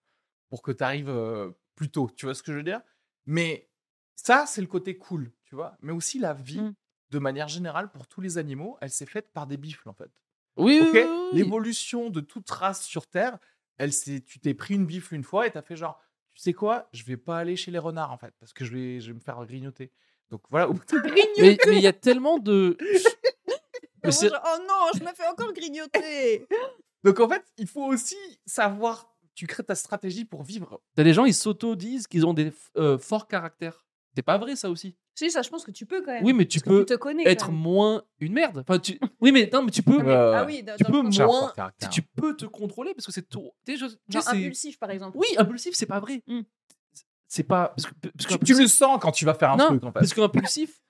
pour que tu arrives plus tôt. Tu vois ce que je veux dire Mais ça, c'est le côté cool, tu vois. Mais aussi la vie,
Mmh.
Mm.
de manière générale, pour tous les animaux, elle s'est faite par des bifles, en fait.
Oui, oui,
Ok
oui, oui, oui.
L'évolution de toute race sur Terre, elle s'est, tu t'es pris une bifle une fois et t'as fait genre, tu sais quoi, je vais pas aller chez les renards, en fait, parce que je vais, je vais me faire grignoter. Donc voilà, au bout de-
Mais mais il y a tellement de. Mais
Moi,
c'est-
je- oh non, je me fais encore grignoter.
Donc en fait, il faut aussi savoir, tu crées ta stratégie pour vivre.
T'as des gens, ils s'auto-disent qu'ils ont des euh, forts caractères. C'est pas vrai, ça aussi.
si, ça, je pense que tu peux quand même.
Oui, mais tu
Parce que
peux
te connais. quand
être
même.
moins une merde. Enfin, tu... Oui, mais non, mais tu peux.
Euh,
Ah oui, dans-
tu
dans le
peux
sens-
J'ai un
moins-
fort caractère.
Tu peux te contrôler parce que c'est tout. Tu sais, je- tu sais,
genre
c'est-
impulsif, par exemple.
Oui, impulsif, c'est pas vrai.
Mm.
C'est pas. Parce que, parce
Tu,
que
tu le sens quand tu vas faire un
non,
truc, en fait.
parce qu'impulsif,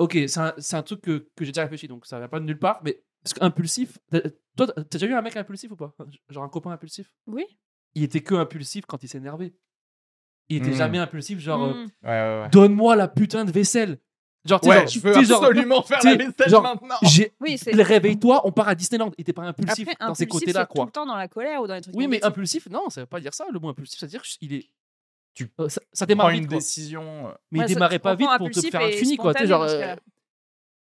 ok, c'est un, c'est un truc que, que j'ai déjà réfléchi, donc ça vient pas de nulle part, mais parce qu'impulsif, t'as- toi, t'as déjà eu un mec impulsif ou pas Genre un copain impulsif
Oui.
Il était que impulsif quand il s'énervait. Il était
Mm.
jamais impulsif, genre, euh,
Mm.
Ouais, ouais, ouais.
donne-moi la putain de vaisselle. Genre, tu sais, genre,
je
tu
veux
sais, genre,
absolument faire la
t'es-
vaisselle
genre,
maintenant.
j'ai-
Oui, c'est.
réveille-toi, on part à Disneyland. Il était pas impulsif
Après,
dans ces
impulsif,
côtés-là,
c'est Tout
quoi.
le temps dans la colère ou dans les trucs.
Oui, mais
négatifs.
impulsif, non, ça veut pas dire ça. Le mot impulsif, ça veut dire il est.
Tu
Euh, ça,
Prends
ça démarre
une
vite, quoi.
décision. euh,
Mais
Ouais,
il
ça-
démarrait
je
pas vite
comprends,
pour te
impulsif
faire un
et
funi, quoi. Tu sais,
spontané
genre.
dans ce
euh,
cas-là.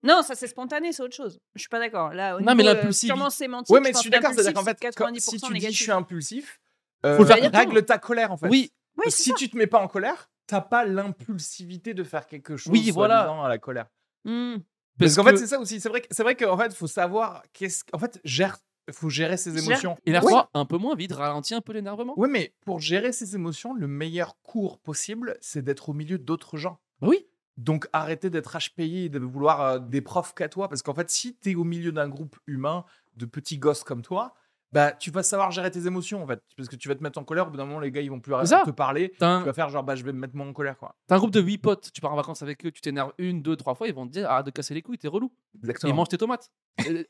Non, ça c'est spontané, c'est autre chose. Je suis pas d'accord. Là, au
Non, mais
niveau, euh,
l'impulsivité-
purement sémantique.
Ouais, mais je
pense
suis d'accord, c'est-à-dire qu'en fait,
l'impulsif,
quand-
90%
si tu dis je
négatif.
suis impulsif,
Faut
euh,
le faire
règle ta colère en fait.
Oui,
Oui, c'est
si tu te mets pas en colère, t'as pas l'impulsivité de faire quelque chose
Oui, voilà.
soi-disant à la colère.
ça.
Mmh.
Mm.
Parce, qu'en fait, c'est ça aussi. C'est vrai, que- c'est vrai qu'en fait, faut savoir qu'est-ce. En fait, gère, faut gérer ses
Gère-
émotions.
Et la
Ouais.
fois, un peu moins vite, ralentit un peu l'énervement.
Ouais, mais pour gérer ses émotions, le meilleur cours possible, c'est d'être au milieu d'autres gens.
Bah oui.
Donc arrêtez d'être HPI et de vouloir euh, des profs qu'à toi. Parce qu'en fait, si tu es au milieu d'un groupe humain de petits gosses comme toi, bah tu vas savoir gérer tes émotions en fait. Parce que tu vas te mettre en colère, au bout d'un moment, les gars, ils vont plus arrêter
ça.
de te parler.
T'as
Tu
Hein.
un,
vas faire genre, bah je vais me mettre moi en colère quoi.
t'as un groupe de 8 potes, tu pars en vacances avec eux, tu t'énerves une, deux, trois fois, ils vont te dire arrête de casser les couilles, t'es relou. Et
Exactement.
ils mangent tes tomates. Euh,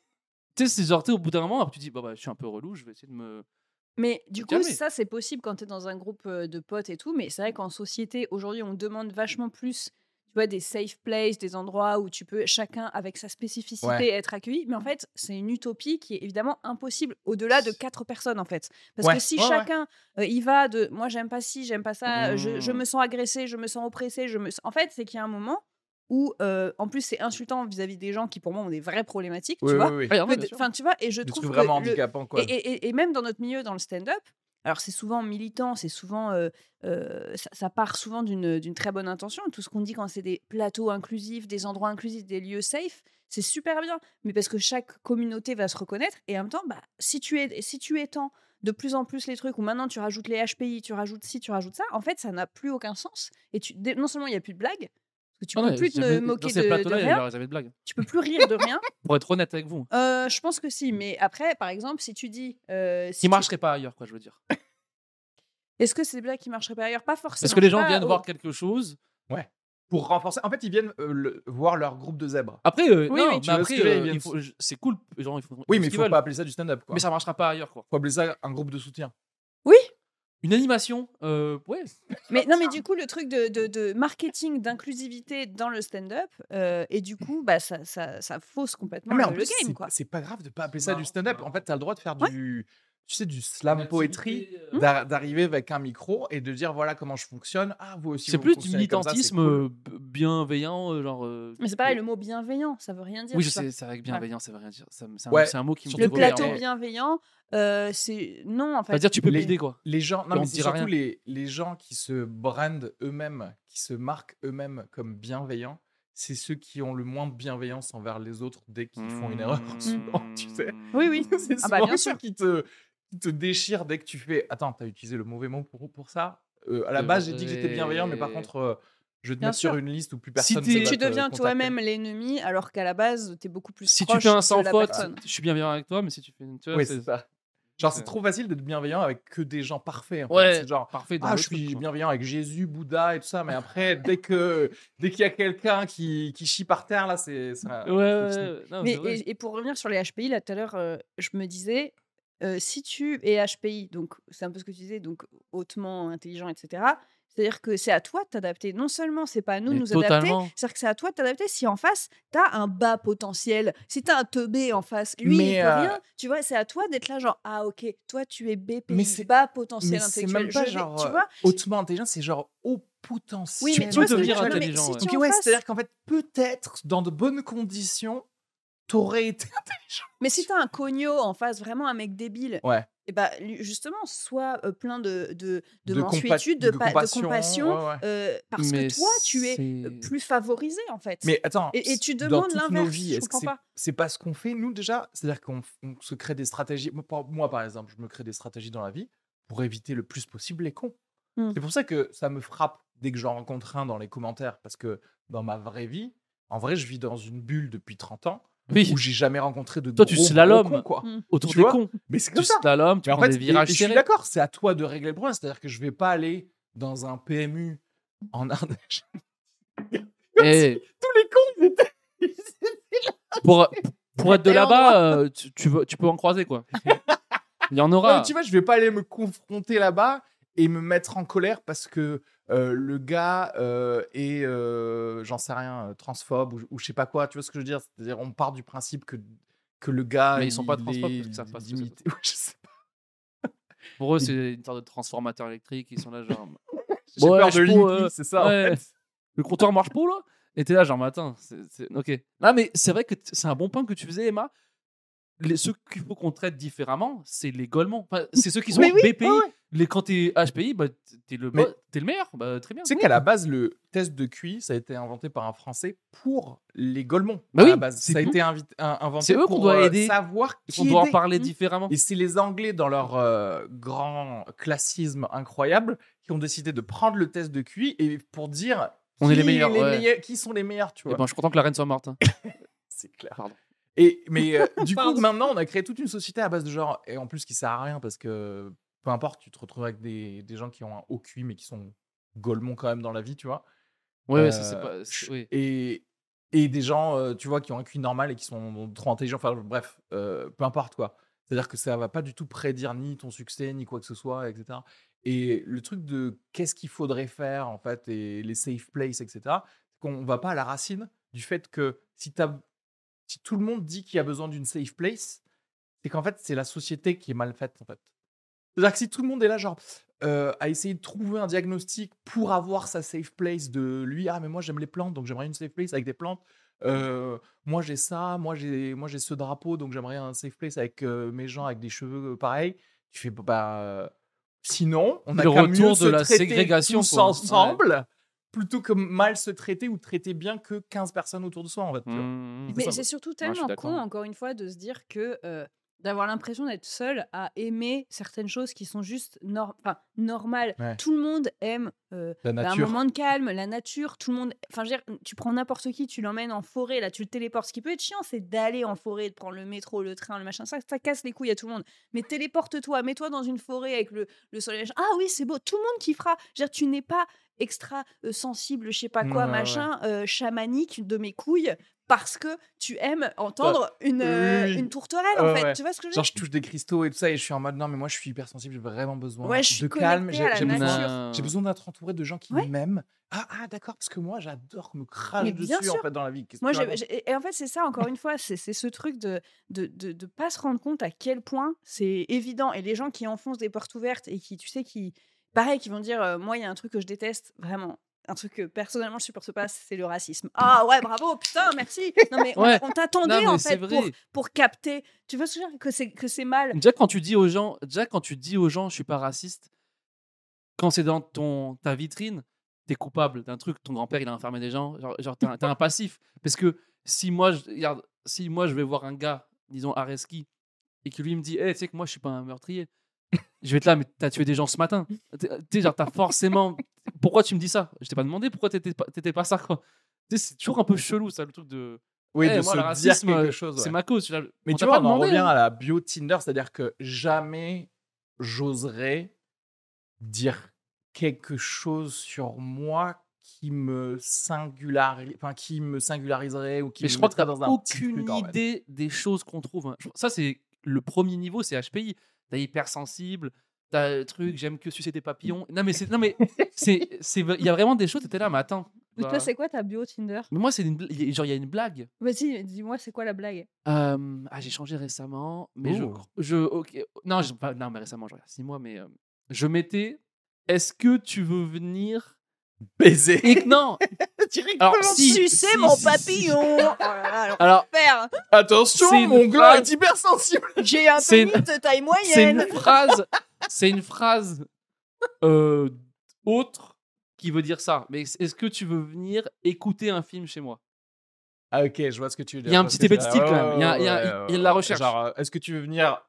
tu sais, c'est genre, t'es au bout d'un moment, après, tu dis bah, bah, je suis un peu relou, je vais essayer de me.
Mais du coup,
Jamais.
ça, c'est possible quand tu es dans un groupe euh, de potes et tout. Mais c'est vrai qu'en société, aujourd'hui, on demande vachement plus tu vois, des safe places, des endroits où tu peux, chacun avec sa spécificité,
Ouais.
être accueilli. Mais en fait, c'est une utopie qui est évidemment impossible au-delà de quatre personnes, en fait. Parce
Ouais.
que si
Ouais, ouais.
chacun euh, y va de moi, j'aime pas ci, j'aime pas ça, euh, je, je
Mmh.
Mm.
me sens agressé, je me sens oppressé, je me... s- en fait, c'est qu'il y a un moment où, euh, en plus, c'est insultant vis-à-vis des gens qui, pour moi, ont des vraies problématiques,
Oui,
tu vois.
oui, oui.
Ah, non, mais
Peut-
bien sûr.
Enfin, tu vois, et je
Des
trouve
trucs
que
vraiment
le-
handicapants, quoi.
et, et- et même dans notre milieu, dans le stand-up, alors c'est souvent militant, c'est souvent euh, euh, ça, ça part souvent d'une d'une très bonne intention. Tout ce qu'on dit quand c'est des plateaux inclusifs, des endroits inclusifs, des lieux safe, c'est super bien. Mais parce que chaque communauté va se reconnaître et en même temps, bah, si tu es si tu étends de plus en plus les trucs où maintenant tu rajoutes les HPI, tu rajoutes ci, tu rajoutes ça, en fait ça n'a plus aucun sens. Et tu, dé- non seulement il n'y a plus de blagues, parce que tu
Ah
peux
ouais,
plus te
jamais-
moquer
dans
de,
ces
de
plateaux-là, il y
rien,
avait jamais de blague.
tu peux plus rire de rien.
Pour être honnête avec vous.
Euh, je pense que si, mais après par exemple si tu dis euh, si
Qui
tu-
marcherait pas ailleurs, quoi, je veux dire.
Ah,
Est-ce que c'est des blagues qui marcheraient pas ailleurs Pas forcément.
Parce que les gens
Ah,
Pas
oh.
viennent
au-
voir quelque chose.
Pour renforcer. En fait, ils viennent euh, le- voir leur groupe de zèbres.
Après, euh,
Oui,
non,
oui.
mais
Tu vois ce
après,
que j'ai,
euh,
ils viennent-
il faut- je- c'est cool. les gens, ils font-
Oui,
ils font
mais
ce
il
qu'ils
faut
veulent.
pas appeler ça du stand-up. quoi.
Mais ça marchera pas ailleurs, quoi.
faut appeler ça un groupe de soutien.
Une animation, euh, ouais.
Mais non, mais du coup, le truc de, de- de marketing d'inclusivité dans le stand-up, euh, et du coup, bah, ça, ça, ça fausse complètement
Ah, mais en
le, le
plus,
game,
c'est-
quoi.
c'est pas grave de pas appeler
C'est
ça
marrant,
du stand-up.
c'est
En
marrant.
fait, t'as le droit de faire
Ouais.
du, tu sais, du slam poétrie, d'ar- d'arriver avec un micro et de dire voilà comment je fonctionne. Ah, vous aussi.
C'est
vous
plus du
fonctionnez comme ça, c'est
militantisme
cool.
euh, b- bienveillant, euh, genre. euh,
Mais c'est pareil, le mot bienveillant, ça veut rien dire.
Oui, je
tu vois.
sais, c'est vrai que bienveillant, ça veut rien dire. Ça me- C'est un,
Ouais.
c'est un mot qui me
Le
Le
Surtout bienveillant.
plateau
Ouais.
bienveillant, euh, c'est. Non, en fait.
C'est-à-dire, tu peux
Les-
l'idée, quoi.
Les gens, non,
Et on
mais
te
c'est
dira
surtout
rien.
les, les gens qui se brandent eux-mêmes, qui se marquent eux-mêmes comme bienveillants, c'est ceux qui ont le moins de bienveillance envers les autres dès qu'ils font une erreur.
Mmh. Mm.
souvent, tu sais.
Oui, oui.
C'est
Ah bah,
souvent
bien
ceux
sûr.
qui te, qui te déchirent dès que tu fais. Attends, t'as utilisé le mauvais mot pour, pour ça Euh, À la
C'est
base, j'ai dit que j'étais
vrai.
bienveillant, mais par contre, euh, je vais te
Bien
mettre sur
sûr.
une liste où plus
Si
personne
t'es-
ne va
Tu
te
deviens
contacter.
toi-même l'ennemi, alors qu'à la base, t'es beaucoup plus
Si tu
proche
fais un
de
sans
la
faute,
personne.
je suis bienveillant avec toi, mais si tu fais une. tu vois,
Oui, c'est ça. Genre, c'est trop facile d'être bienveillant avec que des gens parfaits. en fait.
Ouais.
C'est genre.
Parfait. dans hein.
Ah,
le
je
truc,
suis
quoi.
bienveillant avec Jésus, Bouddha et tout ça, mais après, dès que dès qu'il y a quelqu'un qui, qui chie par terre, là, c'est ça.
Ouais, ouais,
Ah
ouais. Non,
Mais,
bah
c'est vrai.
et, et pour revenir sur les HPI, là tout à l'heure, euh, je me disais, euh, si tu es HPI, donc c'est un peu ce que tu disais, donc hautement intelligent, etc., c'est-à-dire que c'est à toi de t'adapter. Non seulement c'est pas à nous de
Mais
nous
totalement.
adapter, c'est-à-dire que c'est à toi de t'adapter si en face, t'as un bas potentiel, si t'as un teubé en face, lui,
Mais,
il peut
euh,
rien. Tu vois, c'est à toi d'être là, genre, ah ok, toi tu es BPI,
Mais c'est-
bas potentiel
Mais c'est
intellectuel.
même pas
je vais-
genre
tu
euh,
vois
hautement intelligent, c'est genre haut potentiel.
Oui, mais tu
peux
vois, ce que je veux
devenir
dire, non, mais
intelligent,
si
ouais.
tu
Ok,
es en
ouais,
face-
c'est-à-dire qu'en fait, peut-être dans de bonnes conditions, t'aurais été.
Mais si t'as un cogno en face, vraiment un mec débile,
Ouais.
et bah, lui- justement, sois euh, plein de, de, de,
compa-
mansuétude, de, pa- de compassion,
ouais, ouais.
euh, parce
Mais
que toi, tu es euh,
c'est-
plus favorisé, en fait.
Mais attends,
Et- et tu
dans
demandes
toutes nos
l'inverse,
vies,
je
est-ce que
comprends
c'est-
pas.
C'est pas ce qu'on fait, nous, déjà C'est-à-dire qu'on f- on se crée des stratégies. Moi, par- Moi, par exemple, je me crée des stratégies dans la vie pour éviter le plus possible les cons.
Hmm.
C'est pour ça que ça me frappe dès que j'en rencontre un dans les commentaires, parce que dans ma vraie vie, en vrai, je vis dans une bulle depuis 30 ans
Oui,
où j'ai jamais rencontré de gros,
Toi, tu
gros
slalom.
cons, quoi.
Hmm.
autour
tu
des
vois,
cons.
Mais c'est comme
Tu
ça.
slalom, tu
Mais en
prends
fait,
des
et-
virages
et je suis
serrés.
d'accord, c'est à toi de régler le problème. C'est-à-dire que je vais pas aller dans un PMU en Ardèche.
Eh,
Tous les cons, ils étaient. ils étaient-
pour, pour être de
Tellement
là-bas, euh, tu, tu veux- tu peux en croiser, quoi. Il y en
Ouais, mais
aura.
Bah, Euh, tu vois, je vais pas aller me confronter là-bas et me mettre en colère parce que euh, le gars euh, est, euh, j'en sais rien, euh, transphobe ou, ou je sais pas quoi. Tu vois ce que je veux dire C'est-à-dire, on part du principe que, que le gars.
Mais ils sont pas transphobes
est
parce qu'ils savent pas ce que c'est.
limité. Ouais, je sais pas.
Pour eux, c'est une sorte de transformateur électrique. Ils sont là, genre,
J'ai
Bon,
peur
ouais,
de
je trouve,
Linky,
euh,
c'est ça en
ouais.
fait.
le comptoir marche pas, là Et t'es là, genre, mais attends, c'est, c'est- ok. Non, mais c'est vrai que t- c'est un bon point que tu faisais, Emma. Les, ceux qu'il faut qu'on traite différemment, c'est les Golemans. Enfin, c'est ceux qui sont
Mais oui,
BPI.
ouais, ouais.
Les, quand t'es HPI, bah, t- t'es, le,
Mais-
t'es le meilleur. Bah, très bien.
Tu sais qu'à la base, le test de QI, ça a été inventé par un Français pour les Golemons.
Bah
à
oui,
la base.
c'est
ça a
tout.
été invité- un- inventé
C'est eux qu'on
pour
doit
euh,
aider.
savoir
Et
qui
qu'on doit en
aider.
parler différemment.
Et c'est les Anglais, dans leur euh, grand classisme incroyable, qui ont décidé de prendre le test de QI et pour dire
On
qui
est les meilleurs, ouais.
meilleurs- qui sont les meilleurs, tu
Eh
vois.
ben, je suis content que la reine soit morte. hein.
c'est clair.
Pardon.
Et mais euh, du coup,
Pardon.
maintenant, on a créé toute une société à base de genre et en plus qui sert à rien parce que peu importe, tu te retrouves avec des, des gens qui ont un haut QI mais qui sont golemons quand même dans la vie, tu vois.
Ouais, ouais,
Euh,
ça, c'est pas. c'est- oui.
Et et des gens, euh, tu vois, qui ont un QI normal et qui sont trop intelligents. Enfin bref, euh, peu importe quoi. C'est-à-dire que ça va pas du tout prédire ni ton succès, ni quoi que ce soit, etc. Et le truc de qu'est-ce qu'il faudrait faire, en fait, et les safe places, etc., c'est qu'on va pas à la racine du fait que si, t'as- si tout le monde dit qu'il y a besoin d'une safe place, c'est qu'en fait, c'est la société qui est mal faite, en fait. C'est-à-dire que si tout le monde est là, genre, euh, à essayer de trouver un diagnostic pour avoir sa safe place de lui, ah, mais moi, j'aime les plantes, donc j'aimerais une safe place avec des plantes.
Mmh.
Euh, moi j'ai ça, moi j'ai moi j'ai ce drapeau, donc j'aimerais un safe place avec euh, mes gens avec des cheveux euh, pareils. Tu fais bah euh, sinon on a
Le
qu'à
retour
mieux
de
se
la
traiter
ségrégation,
tous
quoi.
ensemble plutôt que mal se traiter ou traiter bien que 15 personnes autour de soi en fait. tu vois.
Mmh.
C'est
Mais
ça.
c'est surtout
je suis
tellement
d'accord.
con, encore une fois, de se dire que euh, d'avoir l'impression d'être seul à aimer certaines choses qui sont juste nor- enfin, normales.
Ouais.
Tout le monde aime euh,
La
bah, un
nature.
moment de calme, la nature, tout le monde. Enfin, je veux dire, tu prends n'importe qui, tu l'emmènes en forêt, là, tu le téléportes. Ce qui peut être chiant, c'est d'aller en forêt, de prendre le métro, le train, le machin. Ça, ça casse les couilles à tout le monde. Mais téléporte-toi, mets-toi dans une forêt avec le, le soleil. machin. Ah oui, c'est beau, tout le monde kiffera. Je veux dire, tu n'es pas extra euh, sensible, je sais pas quoi,
Ouais, ouais.
machin, euh, chamanique de mes couilles parce que tu aimes entendre une, euh,
Bah, oui, oui.
une tourterelle,
Ouais,
en fait.
ouais.
Tu vois ce que je veux
Genre
dire
je touche des cristaux et tout ça et je suis en mode non mais moi je suis hypersensible, j'ai vraiment besoin
Ouais, je suis
de calme,
connectée à la
besoin
nature.
J'ai besoin d'être entouré de gens qui
Ouais.
m'aiment. Ah, ah, d'accord, parce que moi, j'adore qu'on me crache
Mais bien
dessus en
sûr.
fait, dans la vie. Qu'est-ce
Moi,
que tu
j'ai-
racontes
j'ai- et en fait, c'est ça, encore une fois, c'est c'est ce truc de de, de de pas se rendre compte à quel point c'est évident. Et les gens qui enfoncent des portes ouvertes et qui, tu sais, qui, pareil, qui vont dire euh, Moi, il y a un truc que je déteste, vraiment. Un truc que personnellement je supporte pas, c'est le racisme. Ah ouais, bravo, putain, merci. Non mais on-
Ouais.
on,
Non,
t'attendait
mais
en
c'est
fait
vrai. Mmh,
pour, pour capter. Tu vois ce que je veux dire que c'est que c'est mal.
Déjà quand tu dis aux gens, déjà quand tu dis aux gens, je suis pas raciste. Quand c'est dans ton ta vitrine, t'es coupable d'un truc. Ton grand-père il a enfermé des gens. Genre, genre t'as, un- t'as un passif. Parce que si moi je regarde, si moi je vais voir un gars, disons Areski, et que lui me dit, Eh, tu sais que moi je suis pas un meurtrier. Je vais être là, mais t'as tué des gens ce matin. T'es- Tu sais, genre t'as forcément. Pourquoi tu me dis ça Je t'ai pas demandé pourquoi t'étais pas, t'étais pas ça quoi. Tu sais, c'est toujours un peu chelou ça le truc de.
Oui,
Eh,
de
moi,
se
le
dire
racisme,
quelque
euh,
chose.
C'est
ouais.
ma cause. je-
Mais tu
on t'a
vois,
pas
on en
demandé,
revient
hein.
à la bio Tinder, c'est-à-dire que jamais j'oserais dire quelque chose sur moi qui me singularise, enfin qui me singulariserait ou qui
Mais
me
je crois que
mettrait
t'as
dans un petit
aucune
truc, en fait.
idée des choses qu'on trouve. hein. Je- Ça, c'est le premier niveau, c'est HPI. T'as hypersensible, t'as le
Mmh.
truc, j'aime que sucer des papillons. Non, mais c'est. Non, mais c'est. c'est- Il y a vraiment des choses, t'étais là, mais attends.
Mais
bah,
toi, c'est quoi ta bio Tinder
mais moi, c'est une. bl- il y a- Genre, il y a une blague.
Vas-y, dis-moi, c'est quoi la blague
Euh, ah, j'ai changé récemment, mais je.
Oh.
cro- je ok, non, j'ai pas- non, mais récemment, genre, il y a six mois, mais. euh, je mettais. Est-ce que tu veux venir.
Baiser
Et que- non
directement.
Alors, si.
Sucer
si,
mon
si, si.
papillon Oh là là, alors,
Alors,
père,
C'est
Attention,
une
mon gland
blague.
est hypersensible.
j'ai un
C'est-
pénis de taille
c'est
moyenne
une phrase c'est une phrase euh, autre qui veut dire ça mais est- est-ce que tu veux venir écouter un film chez moi
Ah ok, je vois ce que tu veux dire.
Il y a
je
un
vois
petit
ce que
effet
tu
de
veux
style,
dire.
quand même. Il y a- il y a-
Ouais, ouais,
il y
ouais,
a de la
ouais.
recherche.
Genre, euh, est-ce que tu veux venir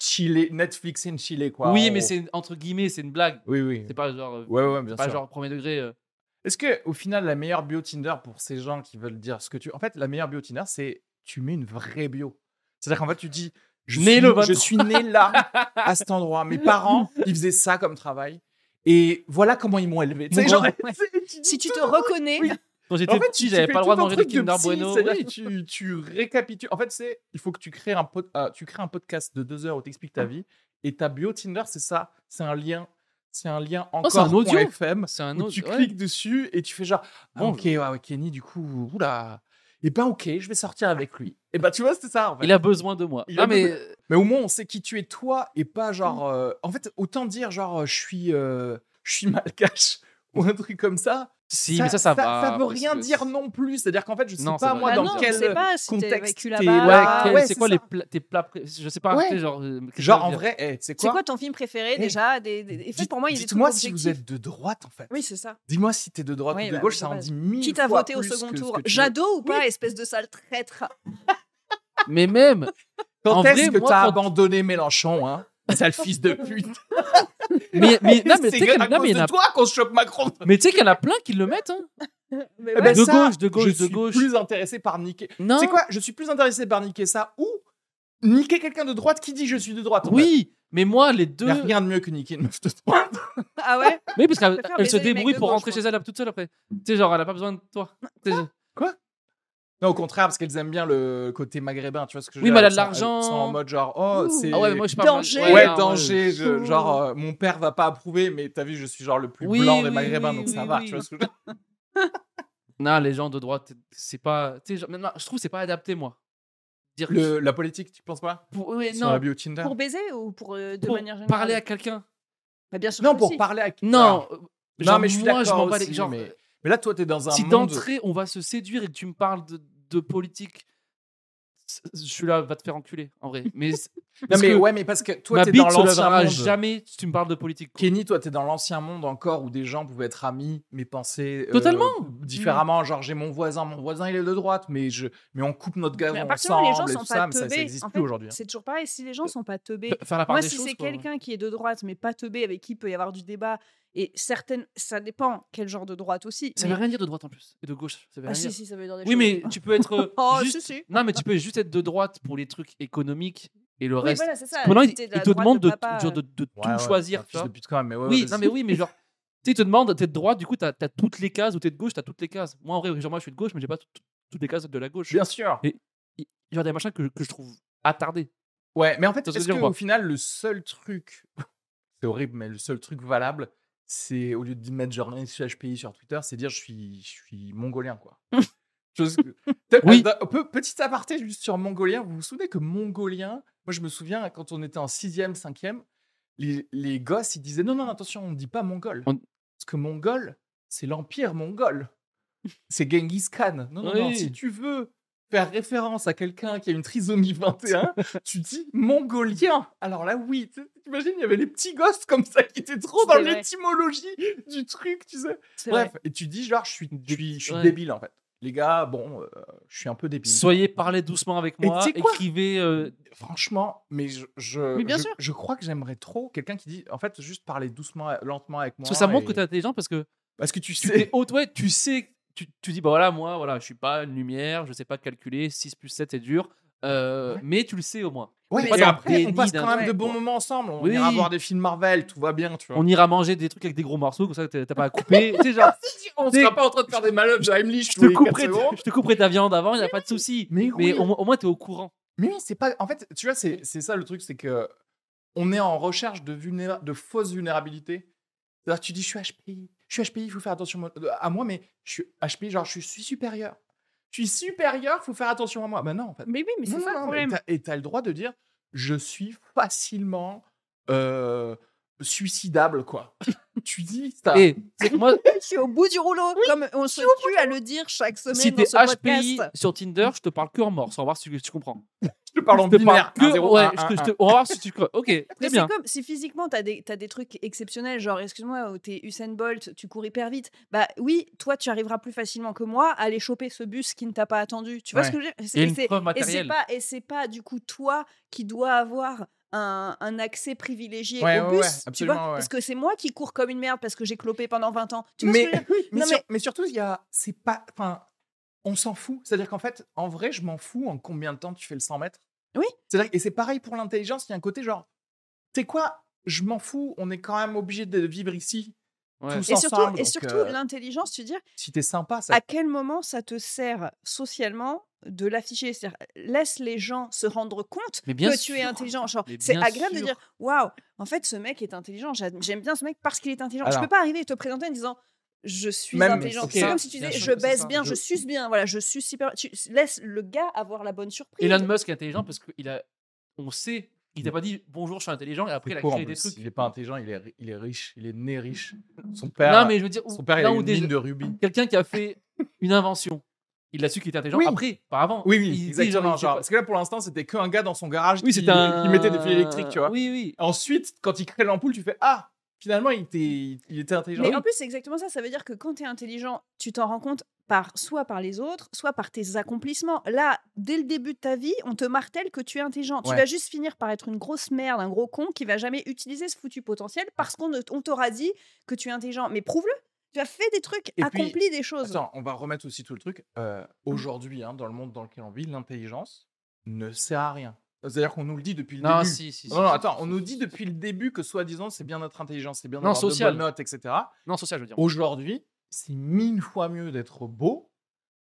chiller, Netflix and chiller quoi
oui
en
mais
gros.
c'est entre guillemets c'est une blague
Oui oui.
c'est pas genre euh,
Ouais ouais bien
pas
sûr.
genre premier degré euh.
Est-ce que au final la meilleure bio Tinder pour ces gens qui veulent dire ce que tu en fait la meilleure bio Tinder c'est tu mets une vraie bio. C'est-à-dire qu'en fait tu dis je
Né
suis,
le 23.
je suis né là à cet endroit. Mes parents ils faisaient ça comme travail et voilà comment ils m'ont élevé. Tu sais,
Mon
genre,
grand-
tu dis
Si tu
tout.
te reconnais,
Oui.
quand j'étais
En fait,
petit
tu- tu
j'avais
fais
pas
tout
le droit de
un
manger de
truc de
Kinder
psy,
Bueno
c'est-à-dire
oui.
que tu, tu récapitules. En fait, c'est il faut que tu crées un pod- ah, tu crées un podcast de deux heures où t'expliques ta vie et ta bio Tinder c'est ça, c'est un lien, c'est un lien encore
c'est un audio.
point FM
c'est un
où
autre
tu
ouais.
cliques dessus et tu fais genre ah,
Bon,
ok ouais, ouais, Kenny du coup oula et ben ok je vais sortir avec lui et ben tu vois c'est ça en fait.
il a besoin de moi
Il
non
a
mais
besoin- mais au moins on sait qui tu es toi et pas genre euh, en fait autant dire genre euh, je suis euh, je suis malgache ou un truc comme ça
si mais ça ça, va
ça veut
parce
rien
que-
dire non plus c'est à dire qu'en fait je sais
Non, ça
pas
Bah
veut
moi
rien
dans
dire.
quel
je sais pas si t'es
contexte
vécu
t'es,
ouais,
là-bas.
Ah,
quel-
ouais,
c'est
c'est
quoi
ça.
les plats- tes plats pré- je sais pas
Ouais.
tu sais, genre euh, qu'est-ce que
genre
ça veut
en
dire
vrai eh, tu sais
C'est
quoi,
quoi ton film préféré
Eh,
déjà des, des- des- en fait,
Dites-
pour moi, il est trop
dites-moi si vous
objectif.
êtes de droite en fait
Oui, c'est ça.
dites-moi si t'es de droite
Oui,
ou de
bah,
gauche
de
ça en
base.
dit mille
Quitte à
fois
voter au
plus
second
que ce
tour.
que tu veux.
Jado ou pas, espèce de sale traître
mais même En
Quand
vrai,
est-ce que
moi,
t'as
quand-
abandonné Mélenchon, hein Sale fils de pute.
mais mais non mais tu
c'est
sais qu'il y en
à
a- non,
cause
mais il y en
de
a-
toi qu'on se chope Macron.
mais tu sais qu'il y en a plein qui le mettent hein.
Mais
Eh
ouais.
ben
De
ça,
gauche, de gauche,
je
de
suis
gauche.
plus intéressé par niquer.
non
C'est quoi Je suis plus intéressé par niquer ça ou niquer quelqu'un de droite qui dit je suis de droite. en fait.
Oui, mais moi, les
Ah Y a
deux.
rien de mieux que niquer une meuf de droite.
Ah ouais
Oui, parce qu'elle
préfère
elle se
baiser les mecs
débrouille
de
pour
gauche,
rentrer
moi.
chez elle toute seule après. Tu sais, genre, elle a pas besoin de toi. Tu sais, je-
Quoi Non, au contraire, parce qu'elles aiment bien le côté maghrébin, tu vois ce que je veux
Oui,
dire,
mais elle a
elles
de
sont-
l'argent.
Elles sont en mode genre, oh,
Ouh.
c'est.
Ah ouais, mais moi je parle
Danger.
Ouais,
Ouais,
danger, je-
Ouh.
genre euh, mon père va pas approuver, mais t'as vu, je suis genre le plus
Oui,
blanc des
oui,
maghrébins,
oui,
donc ça
oui,
va,
oui.
tu vois ce que je veux dire.
Non, les gens de droite, c'est pas. Tu sais, genre- non, je trouve que c'est pas adapté, moi. Dire que-
Le- La politique, tu penses pas
pour- ouais,
Sur la
non,
bio Tinder
Pour baiser ou pour euh, de
pour
manière générale
parler à quelqu'un.
Bah, bien sûr.
Non,
que
pour
si.
parler à
Non,
Alors,
euh,
Ah. Non,
genre,
mais je suis
moi, je
d'accord
m'en bats les-
aussi,
genre,
mais- Mais là, toi, t'es dans un
si
monde.
d'entrée on va se séduire et que tu me parles de, de politique, c- je suis là, va te faire enculer en vrai. Mais c-
Non,
parce
mais
que
ouais, mais parce que toi,
ma
t'es
bite
dans
se
l'ancien
lèvera
monde.
jamais si tu me parles de politique.
Kenny, toi, t'es dans l'ancien monde encore où des gens pouvaient être amis, mais penser euh,
Totalement.
Mm.
différemment. Genre, j'ai mon voisin, mon voisin, il est de droite, mais je, mais on coupe notre gazon
Mais à partir du
ensemble
moment où
et
les gens sont
tout
pas
ça, mais ça, ça
teubés,
existe
en
plus
fait,
aujourd'hui. hein.
C'est toujours pareil, si les gens sont pas teubés,
F- Faire la part
Moi,
des
si
choses,
c'est
quoi.
quelqu'un qui est de droite, mais pas teubé, avec qui il peut y avoir du débat, et certaines, ça dépend quel genre de droite aussi.
Ça
mais-
veut rien dire de droite en plus et de gauche. Ça veut
Ah,
rien
si,
dire.
si, ça veut dire des
Oui, mais tu peux être euh,
Oh,
juste.
si, si.
Non, mais tu peux juste être de droite pour les trucs économiques et le
Oui,
reste.
voilà, c'est ça.
Maintenant,
si
il,
t'es de
il
la
te
droite euh,
demande de,
papa,
genre de- de
Ouais,
tout
ouais,
choisir.
c'est un
tu
fils
vois.
de pute quand même, mais ouais,
oui,
ouais,
non, mais oui, mais genre, tu sais, ils te demandent, t'es de droite, du coup, t'as as toutes les cases, ou t'es de gauche, t'as toutes les cases. Moi, en vrai, genre, moi, je suis de gauche, mais j'ai pas tout- tout- toutes les cases de la gauche.
bien sûr.
Genre, des machins que, que je trouve attardés.
Ouais, mais en fait,
Ça, c'est
est-ce
dur,
que,
moi.
au final, le seul truc, c'est horrible, mais le seul truc valable, c'est au lieu de mettre genre SHPI sur Twitter, c'est dire je suis, je suis mongolien, quoi. Chose que- T'as-
Oui.
d'un- peu- Petit aparté juste sur mongolien, vous vous souvenez que mongolien, moi je me souviens hein, quand on était en 6e, 5e, les, les gosses ils disaient non, non, attention, on ne dit pas mongol.
On-
Parce que mongol, c'est l'empire mongol. C'est Genghis Khan. Non, non, non,
Oui.
si tu veux faire référence à quelqu'un qui a une trisomie 21, tu dis mongolien. Alors là, oui, tu- t'imagines, il y avait les petits gosses comme ça qui étaient trop dans
C'est vrai.
l'étymologie du truc, tu sais.
c'est vrai.
Bref, et tu dis genre, je suis, je suis, je suis
Ouais.
débile en fait. Les gars, bon, euh, je suis un peu débile.
Soyez, parlez doucement avec
Et
moi,
tu sais quoi
écrivez. euh,
Franchement, mais je, je,
Mais bien
je,
sûr.
je crois que j'aimerais trop quelqu'un qui dit, en fait, juste parler doucement, lentement avec moi.
Parce que ça montre que
et-
t'es intelligent, parce que
Parce que tu
tu
sais.
t'es haute, ouais, tu sais, tu, tu dis, bah voilà, moi, voilà, je suis pas une lumière, je sais pas calculer, 6 plus 7 c'est dur, euh,
Ouais.
mais tu le sais au moins.
Ouais,
pas
et
dans le
après, on
déni
passe
d'un
quand même
truc,
de bons
quoi.
moments ensemble. On
hein. Oui.
ira voir des films Marvel, tout va bien, tu vois.
On ira manger des trucs avec des gros morceaux, comme ça t'as t'as pas à couper. tu sais, genre,
On
sera
pas en train de faire des manœuvres de Heimlich.
je te, couperai, je te couperai ta viande avant, il n'y a pas de souci.
Mais oui.
Mais au, moins- au moins, t'es au courant.
Mais oui, c'est pas. En fait, tu vois, c'est c'est ça le truc, c'est que on est en recherche de, vulnéra- de fausses vulnérabilités. C'est-à-dire, tu dis, je suis HPI, je suis HPI, il faut faire attention mo- à moi, mais je suis HPI, genre, je suis supérieur. Je suis supérieur, faut faire attention à moi. Ben non, en fait.
Mais oui, mais c'est
Non,
ça
non,
le
non,
problème.
mais t'as- Et tu as le droit de dire je suis facilement euh, suicidable, quoi. tu dis ça.
Et c'est- moi,
Je suis au bout du rouleau, comme on se tue à le dire chaque semaine
si
dans
t'es
ce
HPI
podcast.
sur Tinder, je te parle que en mort, sans voir si tu, tu comprends.
je te parle en
je te parle
binaire.
que.
un, zéro,
ouais,
un,
je
un,
te- je
un.
te- on va voir si tu crois. Ok,
Mais
très
c'est
bien.
comme si physiquement t'as des, t'as des trucs exceptionnels, genre excuse-moi, où t'es Usain Bolt, tu cours hyper vite. Bah oui, toi tu arriveras plus facilement que moi à aller choper ce bus qui ne t'a pas attendu. Tu vois
Ouais.
ce que je veux dire
Il y a
C'est-
une
c'est-
preuve
Et c'est
matérielle.
pas et c'est pas du coup toi qui dois avoir un, un accès privilégié
Ouais,
au
ouais,
bus,
ouais,
tu
absolument,
vois
ouais.
Parce que c'est moi qui cours comme une merde parce que j'ai clopé pendant 20 ans. Tu vois ce
mais,
que je veux dire
mais,
Non,
sur-
mais-
mais surtout, il y a, c'est pas, enfin, on s'en fout. C'est-à-dire qu'en fait, en vrai, je m'en fous en combien de temps tu fais le 100 mètres.
Oui.
C'est-à-dire, et c'est pareil pour l'intelligence. Il y a un côté genre, tu sais quoi, je m'en fous. On est quand même obligé de vivre ici
Ouais.
tous
Et surtout,
ensemble.
et
donc,
surtout
euh,
l'intelligence, tu dis
si t'es sympa, ça.
à quel moment ça te sert socialement de l'afficher C'est-à-dire, Laisse les gens se rendre compte
Mais bien
que tu es
sûr.
intelligent. Genre,
Mais
c'est
bien
agréable de
sûr.
dire Waouh, en fait, ce mec est intelligent. J'a- J'aime bien ce mec parce qu'il est intelligent. je
Alors.
peux pas arriver et te présenter en disant Je suis
Même-
intelligent.
Ok.
C'est comme si tu
Bien
disais Je
sûr, c'est
baise
ça.
bien, je...
Je-
suce bien, voilà, je suis super. Tu laisses le gars avoir la bonne surprise.
Elon Musk est intelligent parce qu'il a. On sait. Il t'a pas dit bonjour, je suis intelligent, et après, il a
court, en
créé des
plus.
trucs.
Il est pas intelligent, il est, il est riche, il est né riche. Son père,
Non, mais je veux dire,
son
où-
père il
là
a
où
une
des,
mine de rubis.
quelqu'un qui a fait une invention, il a su qu'il était intelligent
Oui.
après, pas avant.
Oui,
Il
oui,
dit,
exactement.
il sait
genre,
pas-
parce que là, pour l'instant, c'était qu'un gars dans son garage
oui,
qui,
c'est un.
qui mettait des fils électriques, tu vois. Ah,
Oui, oui.
Ensuite, quand il crée l'ampoule, tu fais Ah, finalement, il était, il était intelligent.
Mais en plus, c'est exactement ça. Ça veut dire que quand tu es intelligent, tu t'en rends compte par soit par les autres, soit par tes accomplissements. Là, dès le début de ta vie, on te martèle que tu es intelligent. Tu
Ouais.
vas juste finir par être une grosse merde, un gros con qui va jamais utiliser ce foutu potentiel parce qu'on ne- on t'aura dit que tu es intelligent. Mais prouve-le. Tu as fait des trucs,
Et puis-
accompli des choses.
Attends, on va remettre aussi tout le truc. Euh,
Mmh.
Aujourd'hui, hein, dans le monde dans lequel on vit, l'intelligence ne sert à rien. C'est-à-dire qu'on nous le dit depuis le
Non,
début.
si, si. si,
non, non,
si,
attends,
si,
on
si,
nous
si,
dit
si.
depuis le début que soi-disant c'est bien d'être intelligent, c'est bien
Non,
d'avoir de
social.
bonnes notes, etc.
Non, social, je veux dire.
Aujourd'hui, c'est mille fois mieux d'être beau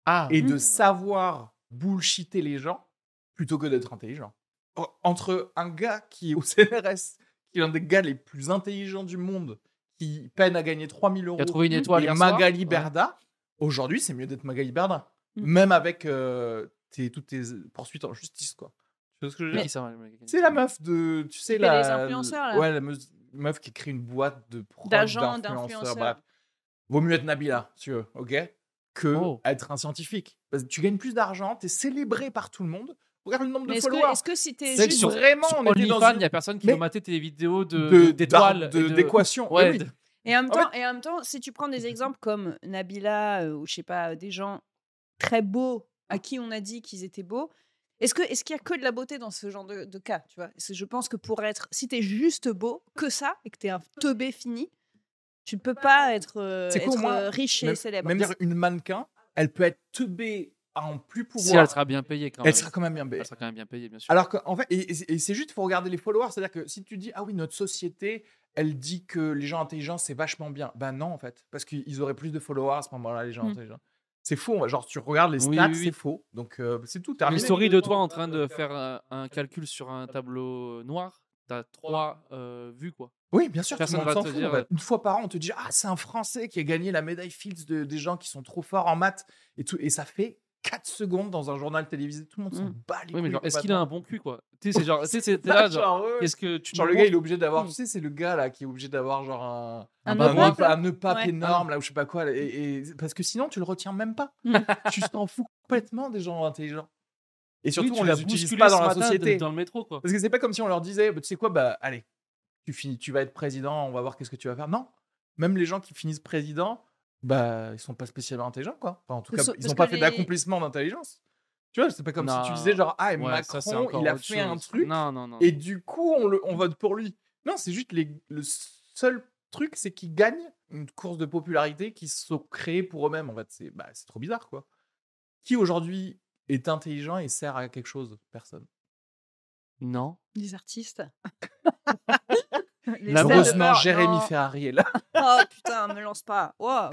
Ah,
et de
Mhm.
savoir bullshiter les gens plutôt que d'être intelligent. O- Entre un gars qui est au CNRS, qui est l'un des gars les plus intelligents du monde, qui peine à gagner 3000 euros,
qui a trouvé une étoile
et
hier soir.
Magali
Ouais.
Berda, aujourd'hui, c'est mieux d'être Magali Berda.
Mhm.
Même avec euh, tes- toutes tes poursuites en justice, quoi. Tu vois ce que je veux
Mais-
dire C'est la meuf de. Tu sais,
Elle fait
la.
les influenceurs, là.
Ouais, la meuf, meuf qui crée une boîte de prod
D'agents, d'influenceurs.
Bref. Vaut mieux être Nabila, si tu veux, ok Que
Oh.
être un scientifique. Parce que tu gagnes plus d'argent, t'es célébré par tout le monde. Regarde le nombre
Mais
de
est-ce
followers.
que, est-ce que si t'es
C'est que
juste
sur- vraiment,
Sur
on était dans
OnlyFans, il
une
n'y a personne qui
Mais-
veut mater tes vidéos
de-
de-
d'ar-
d'étoiles.
de-
et de-
d'équations.
Ouais,
Eh oui.
de-
Et en, même
Ah
temps, et en même temps, si tu prends des exemples comme Nabila euh, ou je sais pas, euh, des gens très beaux à qui on a dit qu'ils étaient beaux, est-ce que est-ce qu'il y a que de la beauté dans ce genre de, de cas Tu vois, C'est- je pense que pour être, si t'es juste beau, que ça, et que t'es un teubé fini, tu ne peux pas être, euh,
C'est quoi,
être,
au moins,
euh, riche et
même-
célèbre.
Même dire une mannequin, elle peut être teubée à en plus pouvoir.
Si elle sera bien payée quand même.
Elle sera quand même bien belle.
Elle sera quand même bien payée, bien sûr.
Alors qu'en fait, et, et- et c'est juste, faut regarder les followers. C'est-à-dire que si tu dis, ah oui, notre société, elle dit que les gens intelligents, c'est vachement bien. Ben non, en fait, parce qu'ils auraient plus de followers à ce moment-là, les gens
Mm.
intelligents. C'est faux. Genre, tu regardes les stats,
Oui, oui, oui.
c'est faux. Donc, euh, c'est tout.
Une
terminé.
story de toi en train de faire un, un calcul sur un tableau noir, t'as trois euh, vues quoi.
Oui, bien sûr, tout le
Personne
monde
va
s'en
te
fout,
dire,
en fait.
ouais.
Une fois par an, on te dit Ah, c'est un Français qui a gagné la médaille Fields de- des gens qui sont trop forts en maths. Et, tout, et ça fait 4 secondes dans un journal télévisé. Tout le monde s'en
Mm.
bat les
Oui, mais
couilles
genre, est-ce qu'il a
complètement.
un bon cul quoi Tu sais, c'est genre, tu sais, c'est t'es
Ah,
là, genre,
genre, ouais, ouais.
qu'est-ce que tu
Genre,
nous
le gars, il est
montres
obligé d'avoir, tu sais, c'est le gars là qui est obligé d'avoir genre un,
Un
un,
nœud
nœud-
Mmh. pape,
un
là.
nœud pape
Ouais.
énorme là ou je sais pas quoi. Et, et- parce que sinon, tu le retiens même pas.
Mm.
tu t'en fous complètement des gens intelligents. Et surtout,
Oui, tu
on
l'as
les utilise
bousculé
pas
ce
dans la
matin de-
société.
dans le métro quoi.
Parce que c'est pas comme si on leur disait, bah, tu sais quoi, bah allez, tu finis, tu vas être président, on va voir qu'est-ce que tu vas faire. Non, même les gens qui finissent président, bah ils sont pas spécialement intelligents quoi. Enfin, en tout cas,
Parce-
ils
parce
n'ont pas
que
fait
les-
d'accomplissement d'intelligence. Tu vois, c'est pas comme si tu
Non.
disais genre ah et
Ouais,
Macron,
ça, c'est encore
il a
autre
fait un
chose.
truc
Non, non, non.
et du coup on, le- on vote pour lui. Non, c'est juste les- le seul truc, c'est qu'ils gagnent une course de popularité qu'ils se sont créés pour eux-mêmes. En fait, c'est bah, c'est trop bizarre quoi. Qui aujourd'hui est intelligent et sert à quelque chose Personne.
Non.
Des artistes. Les
La
stars de
Heureusement,
peur,
Jérémy
non.
Ferrari est là.
Oh putain, me lance pas. Wow.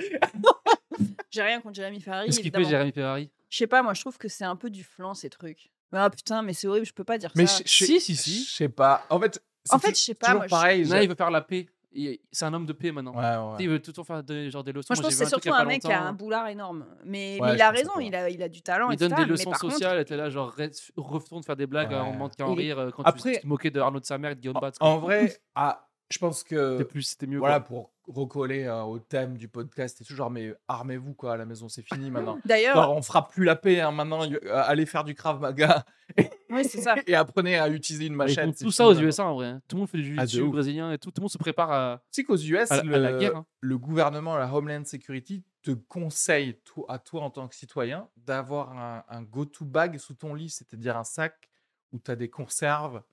J'ai rien contre Jérémy Ferrari.
Qu'est-ce qu'il fait
évidemment.
Jérémy Ferrari
Je sais pas, moi je trouve que c'est un peu du flan ces trucs. Ah putain, mais c'est horrible, je peux pas dire
Mais
ça.
je- je-
Si, si,
Je
si.
sais pas. En fait, c'est
En fait,
tou-
je sais pas,
toujours
moi, je-
pareil.
Non,
j'ai-
il veut faire la paix. Il- C'est un homme de paix maintenant.
Ouais, ouais.
Tu sais, Il veut toujours faire des, genre des leçons.
Moi, je pense
j'ai
que
vu
c'est
un truc il
surtout
y a
un
pas
mec qui a
longtemps.
un boulard énorme. Mais,
Ouais,
mais
je
il a
pense que
raison,
c'est
il a, il a du talent,
Il
etc.
donne des
mais
leçons
par contre,
sociales, et t'es là, genre, reste- retourne faire des blagues
Ouais.
en mentant en
Il est-
rire euh, quand
Après-
tu te moquais de Arnaud de sa mère et de Guillaume
En,
Batz.
en vrai, ah, je pense
C'était
que
plus, c'était mieux.
voilà
quoi.
pour recoller euh, au thème du podcast et tout genre mais armez-vous quoi à la maison c'est fini maintenant.
D'ailleurs,
Genre, on fera plus la paix hein, maintenant y- euh, allez faire du krav maga
oui, c'est ça.
et apprenez à utiliser une
Mais ils
machette.
font
c'est
tout
fini,
ça aux
maintenant.
USA en vrai. hein. Tout le monde fait du
Ah, de
jiu-jitsu
ouf.
brésilien et tout. Tout le monde se prépare à,
Tu sais qu'aux US
à- à
le,
la guerre. hein.
le gouvernement la Homeland Security te conseille toi, à toi en tant que citoyen d'avoir un, un go-to bag sous ton lit, c'est-à-dire un sac où tu as des conserves,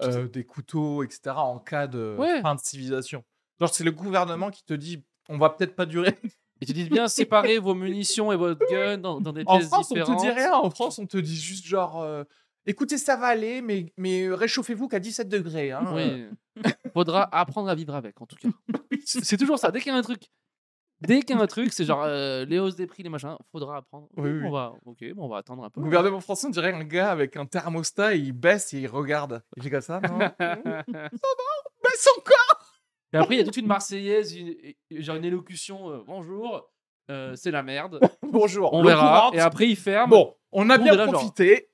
euh, des couteaux, etc. en cas de
Ouais.
fin de civilisation. Genre c'est le gouvernement qui te dit on va peut-être pas durer.
Et tu dis bien séparer vos munitions et votre gun dans, dans des
En
pièces
France on
différentes.
te dit rien, en France on te dit juste genre euh, écoutez ça va aller mais mais euh, réchauffez-vous qu'à 17 degrés. hein.
Oui. Faudra apprendre à vivre avec, en tout cas. C'est c'est toujours ça. Dès qu'il y a un truc, dès qu'il y a un truc, c'est genre euh, les hausses des prix, les machins. Faudra apprendre.
Oui, oui.
On va, ok, bon, on va attendre un peu.
Le gouvernement français on dirait un gars avec un thermostat et il baisse et il regarde. Il fait comme ça non Baisse encore
Et après, il y a toute une Marseillaise, une- genre une élocution. euh, Bonjour, euh, c'est la merde.
Bonjour.
On
l'eau
verra.
courante.
Et après, il ferme.
bon, on a
on
bien
est là, genre.
profité.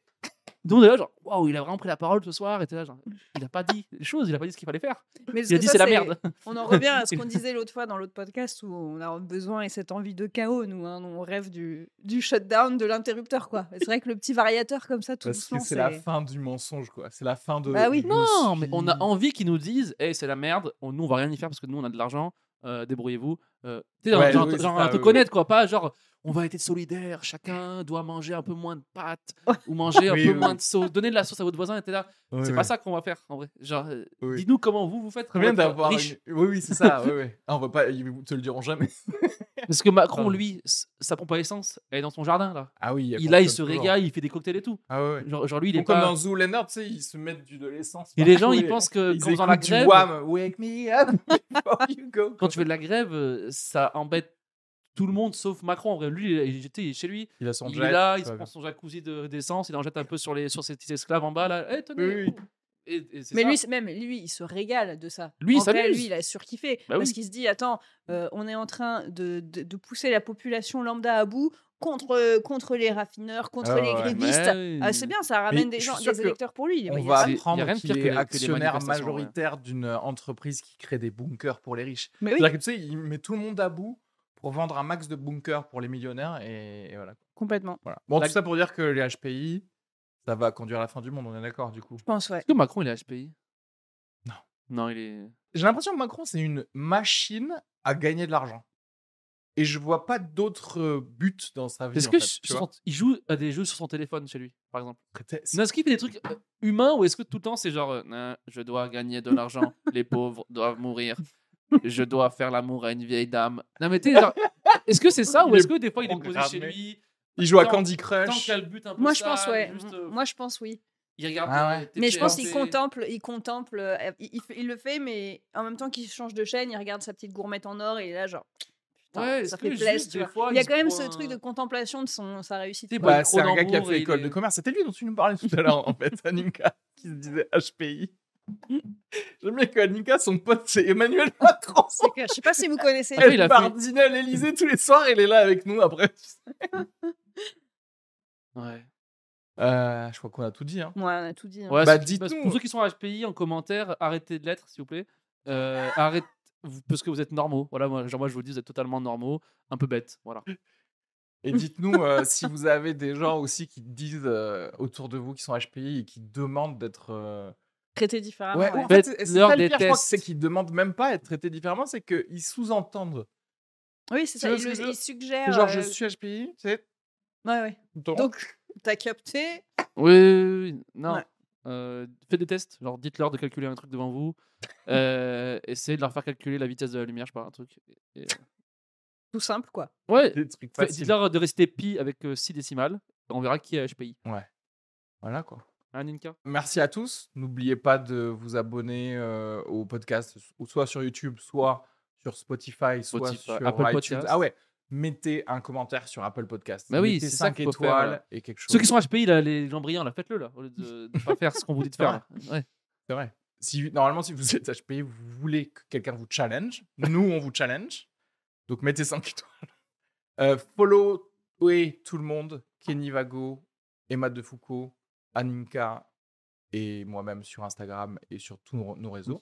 Donc, on est là, genre, waouh, il a vraiment pris la parole ce soir. Et t'es là, genre, il a pas dit les choses, il a pas dit ce qu'il fallait faire.
Mais
Il a
que
dit,
ça,
c'est la merde.
On en revient à ce qu'on disait l'autre fois dans l'autre podcast où on a besoin et cette envie de chaos, nous. hein. On rêve du, du shutdown, de l'interrupteur, quoi. C'est vrai que le petit variateur comme ça, tout
Parce
doucement,
que c'est la fin du mensonge, quoi. C'est la fin de.
Bah oui.
je
Non,
suis-
mais on a envie qu'ils nous disent hey, c'est la merde, on- nous on va rien y faire parce que nous on a de l'argent, euh, débrouillez-vous. Euh, tu sais,
Ouais,
genre,
oui,
genre,
c'est ça,
te
oui,
connaître quoi, pas genre on va être solidaire, chacun doit manger un peu moins de pâtes
Ouais.
ou manger un
Oui,
peu
oui.
moins de sauce, donner de la sauce à votre voisin, etc.
Oui,
c'est
oui.
pas ça qu'on va faire en vrai. Genre, euh,
Oui.
dis-nous comment vous vous faites.
Très
pour
bien
être
d'avoir. une-
riche.
Oui, oui, c'est ça. oui, oui. Ah, on va pas. Ils te le diront jamais.
Parce que Macron,
Pardon.
lui, s- sa pompe à essence, elle est dans son jardin là.
Ah oui.
Il, là, il
fonctionne
se
toujours.
régale, il fait des cocktails et tout.
Ah ouais. ouais.
Genre, genre, lui, il est
Ou Comme
pas-
dans Zoolander, tu sais, ils se mettent du de l'essence.
Et les gens,
partout
ils
et
pensent que
ils
quand dans la
écoutent du
grève,
Wham, Wake me up before you go.
quand tu fais de la grève, euh, ça embête Tout le monde sauf Macron. En vrai, lui, il est- il était chez lui.
Il a son
il
jet,
est là,
tout
il se
va
prend son jacuzzi de- d'essence, il en jette un peu sur, les, sur ses petits esclaves en bas. Là. Eh, tenez.
Oui, oui.
Et- et c'est
Mais
ça.
lui, c'est- même lui, il se régale de ça.
Lui, il
En vrai,
s'amuse.
lui, il a surkiffé.
Bah
parce
oui.
qu'il se dit attends, euh, on est en train de, de- de pousser la population lambda à bout contre, contre les raffineurs, contre
Ah
les
ouais,
grévistes.
Ouais.
Ah, c'est bien, ça ramène
Mais
des
je
gens,
suis sûr
des
que
électeurs pour lui.
On
Il y a
va
pas-
y a
apprendre
rien de
qu'il
pire
est
que les- que les
actionnaire
manifestations, hein. ouais.
majoritaire d'une euh, entreprise qui crée des bunkers pour les riches.
Mais oui.
C'est-à-dire que tu sais, il met tout le monde à bout pour vendre un max de bunkers pour les millionnaires et, et voilà.
Complètement.
voilà. Bon,
La-
tout ça pour dire que les HPI, ça va conduire à la fin du monde, on est d'accord du coup.
Je pense, ouais.
Est-ce que Macron, il est HPI
Non.
Non, il est.
J'ai l'impression que Macron, c'est une machine à gagner de l'argent. Et je vois pas d'autre euh, but dans sa vie.
Est-ce
en
que
fait,
sur
tu vois.
son- il joue à des jeux sur son téléphone chez lui, par exemple
C'était-
Non, Est-ce qu'il fait des trucs euh, humains ou est-ce que tout le temps c'est genre euh, Non, je dois gagner de l'argent, les pauvres doivent mourir, je dois faire l'amour à une vieille dame Non mais tu sais, genre, est-ce que c'est ça ou
Il
est-ce
est
que des fois il est posé
programmé.
chez lui
Il joue à
Tant-
Candy
Tant
Crush.
qu'il a le but un peu
Moi, je
sale,
pense, ouais. Mm,
juste, euh,
Moi, je pense, oui.
il regarde.
Ah
euh,
ouais.
TPMP.
Mais je pense qu'il
C'est-
contemple, il contemple, euh, il, il fait- il le fait, mais en même temps qu'il change de chaîne, il regarde sa petite gourmette en or et il est là, genre, putain,
Ouais,
ça
est-ce
fait
que
plaisir.
juste des fois,
Il y a
se
quand même
prend
ce
un-
truc de contemplation de son, sa réussite.
T'es
quoi.
Bah,
Bon,
c'est un gars qui a
Cronenbourg,
fait
il
école
est-
de commerce. C'était lui dont tu nous parlais tout à l'heure, en fait, Aninka, qui se disait HPI. J'aime bien que Aninka, son pote, c'est Emmanuel Macron.
C'est clair. Je sais pas si vous connaissez.
Ah oui,
Elle
il a
part
fait-
dîner à l'Elysée tous les soirs, elle est là avec nous après.
Ouais.
Euh, je crois qu'on a tout dit. Hein.
Moi, on a tout dit. hein.
Ouais,
Bah,
c'est-
dites-nous.
parce- Pour ceux qui sont HPI en commentaire, arrêtez de l'être, s'il vous plaît. Euh, arrête, vous- parce que vous êtes normaux. Voilà, moi, genre, moi, je vous le dis, vous êtes totalement normaux, un peu bêtes. Voilà.
Et dites-nous euh, si vous avez des gens aussi qui disent euh, autour de vous qui sont HPI et qui demandent d'être. euh,
Traité différemment.
Ah Ouais,
ouais.
en fait, c'est- c'est
Faites-leur
ça le
des
pire, je crois que
tests.
c'est qu'ils demandent même pas à être traités différemment, c'est qu'ils sous-entendent.
Oui,
Tu
c'est ça.
vois
Il,
ce que je
le-
veux
il suggère.
Genre, je
euh,
suis HPI, tu sais.
Ouais, ouais.
ton-
Donc, t'as capté.
Oui, oui, oui, non.
Ouais.
Euh, faites des tests, genre dites-leur de calculer un truc devant vous. Euh, essayez de leur faire calculer la vitesse de la lumière, je sais pas, un truc. Et-
Tout simple, quoi.
Ouais,
des trucs
fait-
faciles.
dites-leur de rester pi avec 6 décimales. On verra qui est HPI.
Voilà quoi.
Hein, Ninka
Merci à tous. N'oubliez pas de vous abonner euh, au podcast, ou soit sur YouTube, soit sur Spotify, soit
Spotify,
sur
Apple
iTunes.
Podcast.
Ah ouais, mettez un commentaire sur Apple Podcast.
Bah oui,
mettez
c'est ça
5
qu'il faut
étoiles
faire, là.
et quelque chose.
Ceux qui sont HPI, là, les gens brillants, là, faites-le, là, au lieu de, de pas faire ce qu'on vous dit de faire. là. Ouais.
C'est vrai. Si, normalement, si vous êtes HPI, vous voulez que quelqu'un vous challenge. Nous, on vous challenge. Donc, mettez 5 étoiles. Euh, follow oui, tout le monde. Kenny Vago, Emma De Foucault, Aninka et moi-même sur Instagram et sur tous nos, nos réseaux.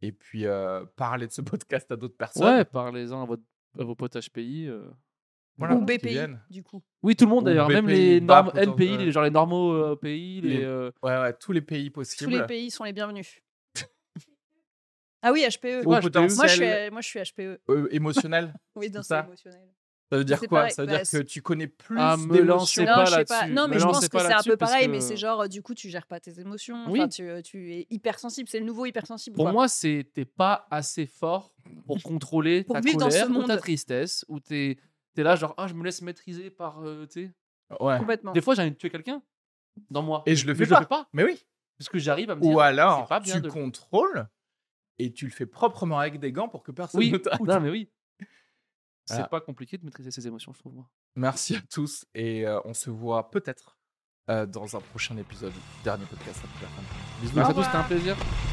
Mmh.
Et puis, euh, parlez de ce podcast à d'autres personnes.
Ouais, parlez-en à, votre- à vos potes HPI. euh.
Voilà,
Ou
qui
BPI,
viennent.
du coup.
Oui, tout le monde
Ou
d'ailleurs, même
BPI,
les normes
BAP, autant
NPI,
que-
les, genre les normaux euh, pays, les,
Les-
euh,
Ouais, ouais, tous les pays
Tous
possibles.
les pays sont les bienvenus. ah oui, HPE.
Au
Ouais,
potentiel
Moi, je suis, moi, je suis E. HPE.
euh, émotionnel.
Oui,
C'est
d'un
ça.
seul émotionnel.
Ça veut dire
C'est
quoi
pareil,
Ça veut
bah,
dire que
c'est-
tu connais plus
Ah, me lancez
d'émotions.
pas
Non, je sais pas.
là-dessus.
Non, mais
Me
je
lancez
pense que
pas
c'est un
là-dessus
peu
parce
pareil,
que-
mais c'est genre, euh, du coup, tu gères pas tes émotions.
Oui.
Enfin, tu, tu es hypersensible. C'est le nouveau hypersensible.
Pour
quoi.
moi, c'est t'es pas assez fort pour contrôler
Pour
ta
vivre dans ce
colère ou ta
monde.
tristesse, ou t'es es là genre ah je me laisse maîtriser par euh, tu sais.
Ouais.
complètement.
Des fois j'ai envie de tuer quelqu'un dans moi,
Et je le
mais
fais
je le
pas.
fais pas
Mais oui.
parce que j'arrive à me dire.
Ou alors,
c'est pas bien
tu
de-
contrôles et tu le fais proprement avec des gants pour que personne
oui,
ne t'a-
non mais oui. C'est
Voilà.
pas compliqué de maîtriser ses émotions, je trouve. moi.
Merci à tous et euh, on se voit peut-être euh, dans un prochain épisode du dernier podcast. Après la fin. Bisous.
Merci à
revoir.
tous, c'était un plaisir.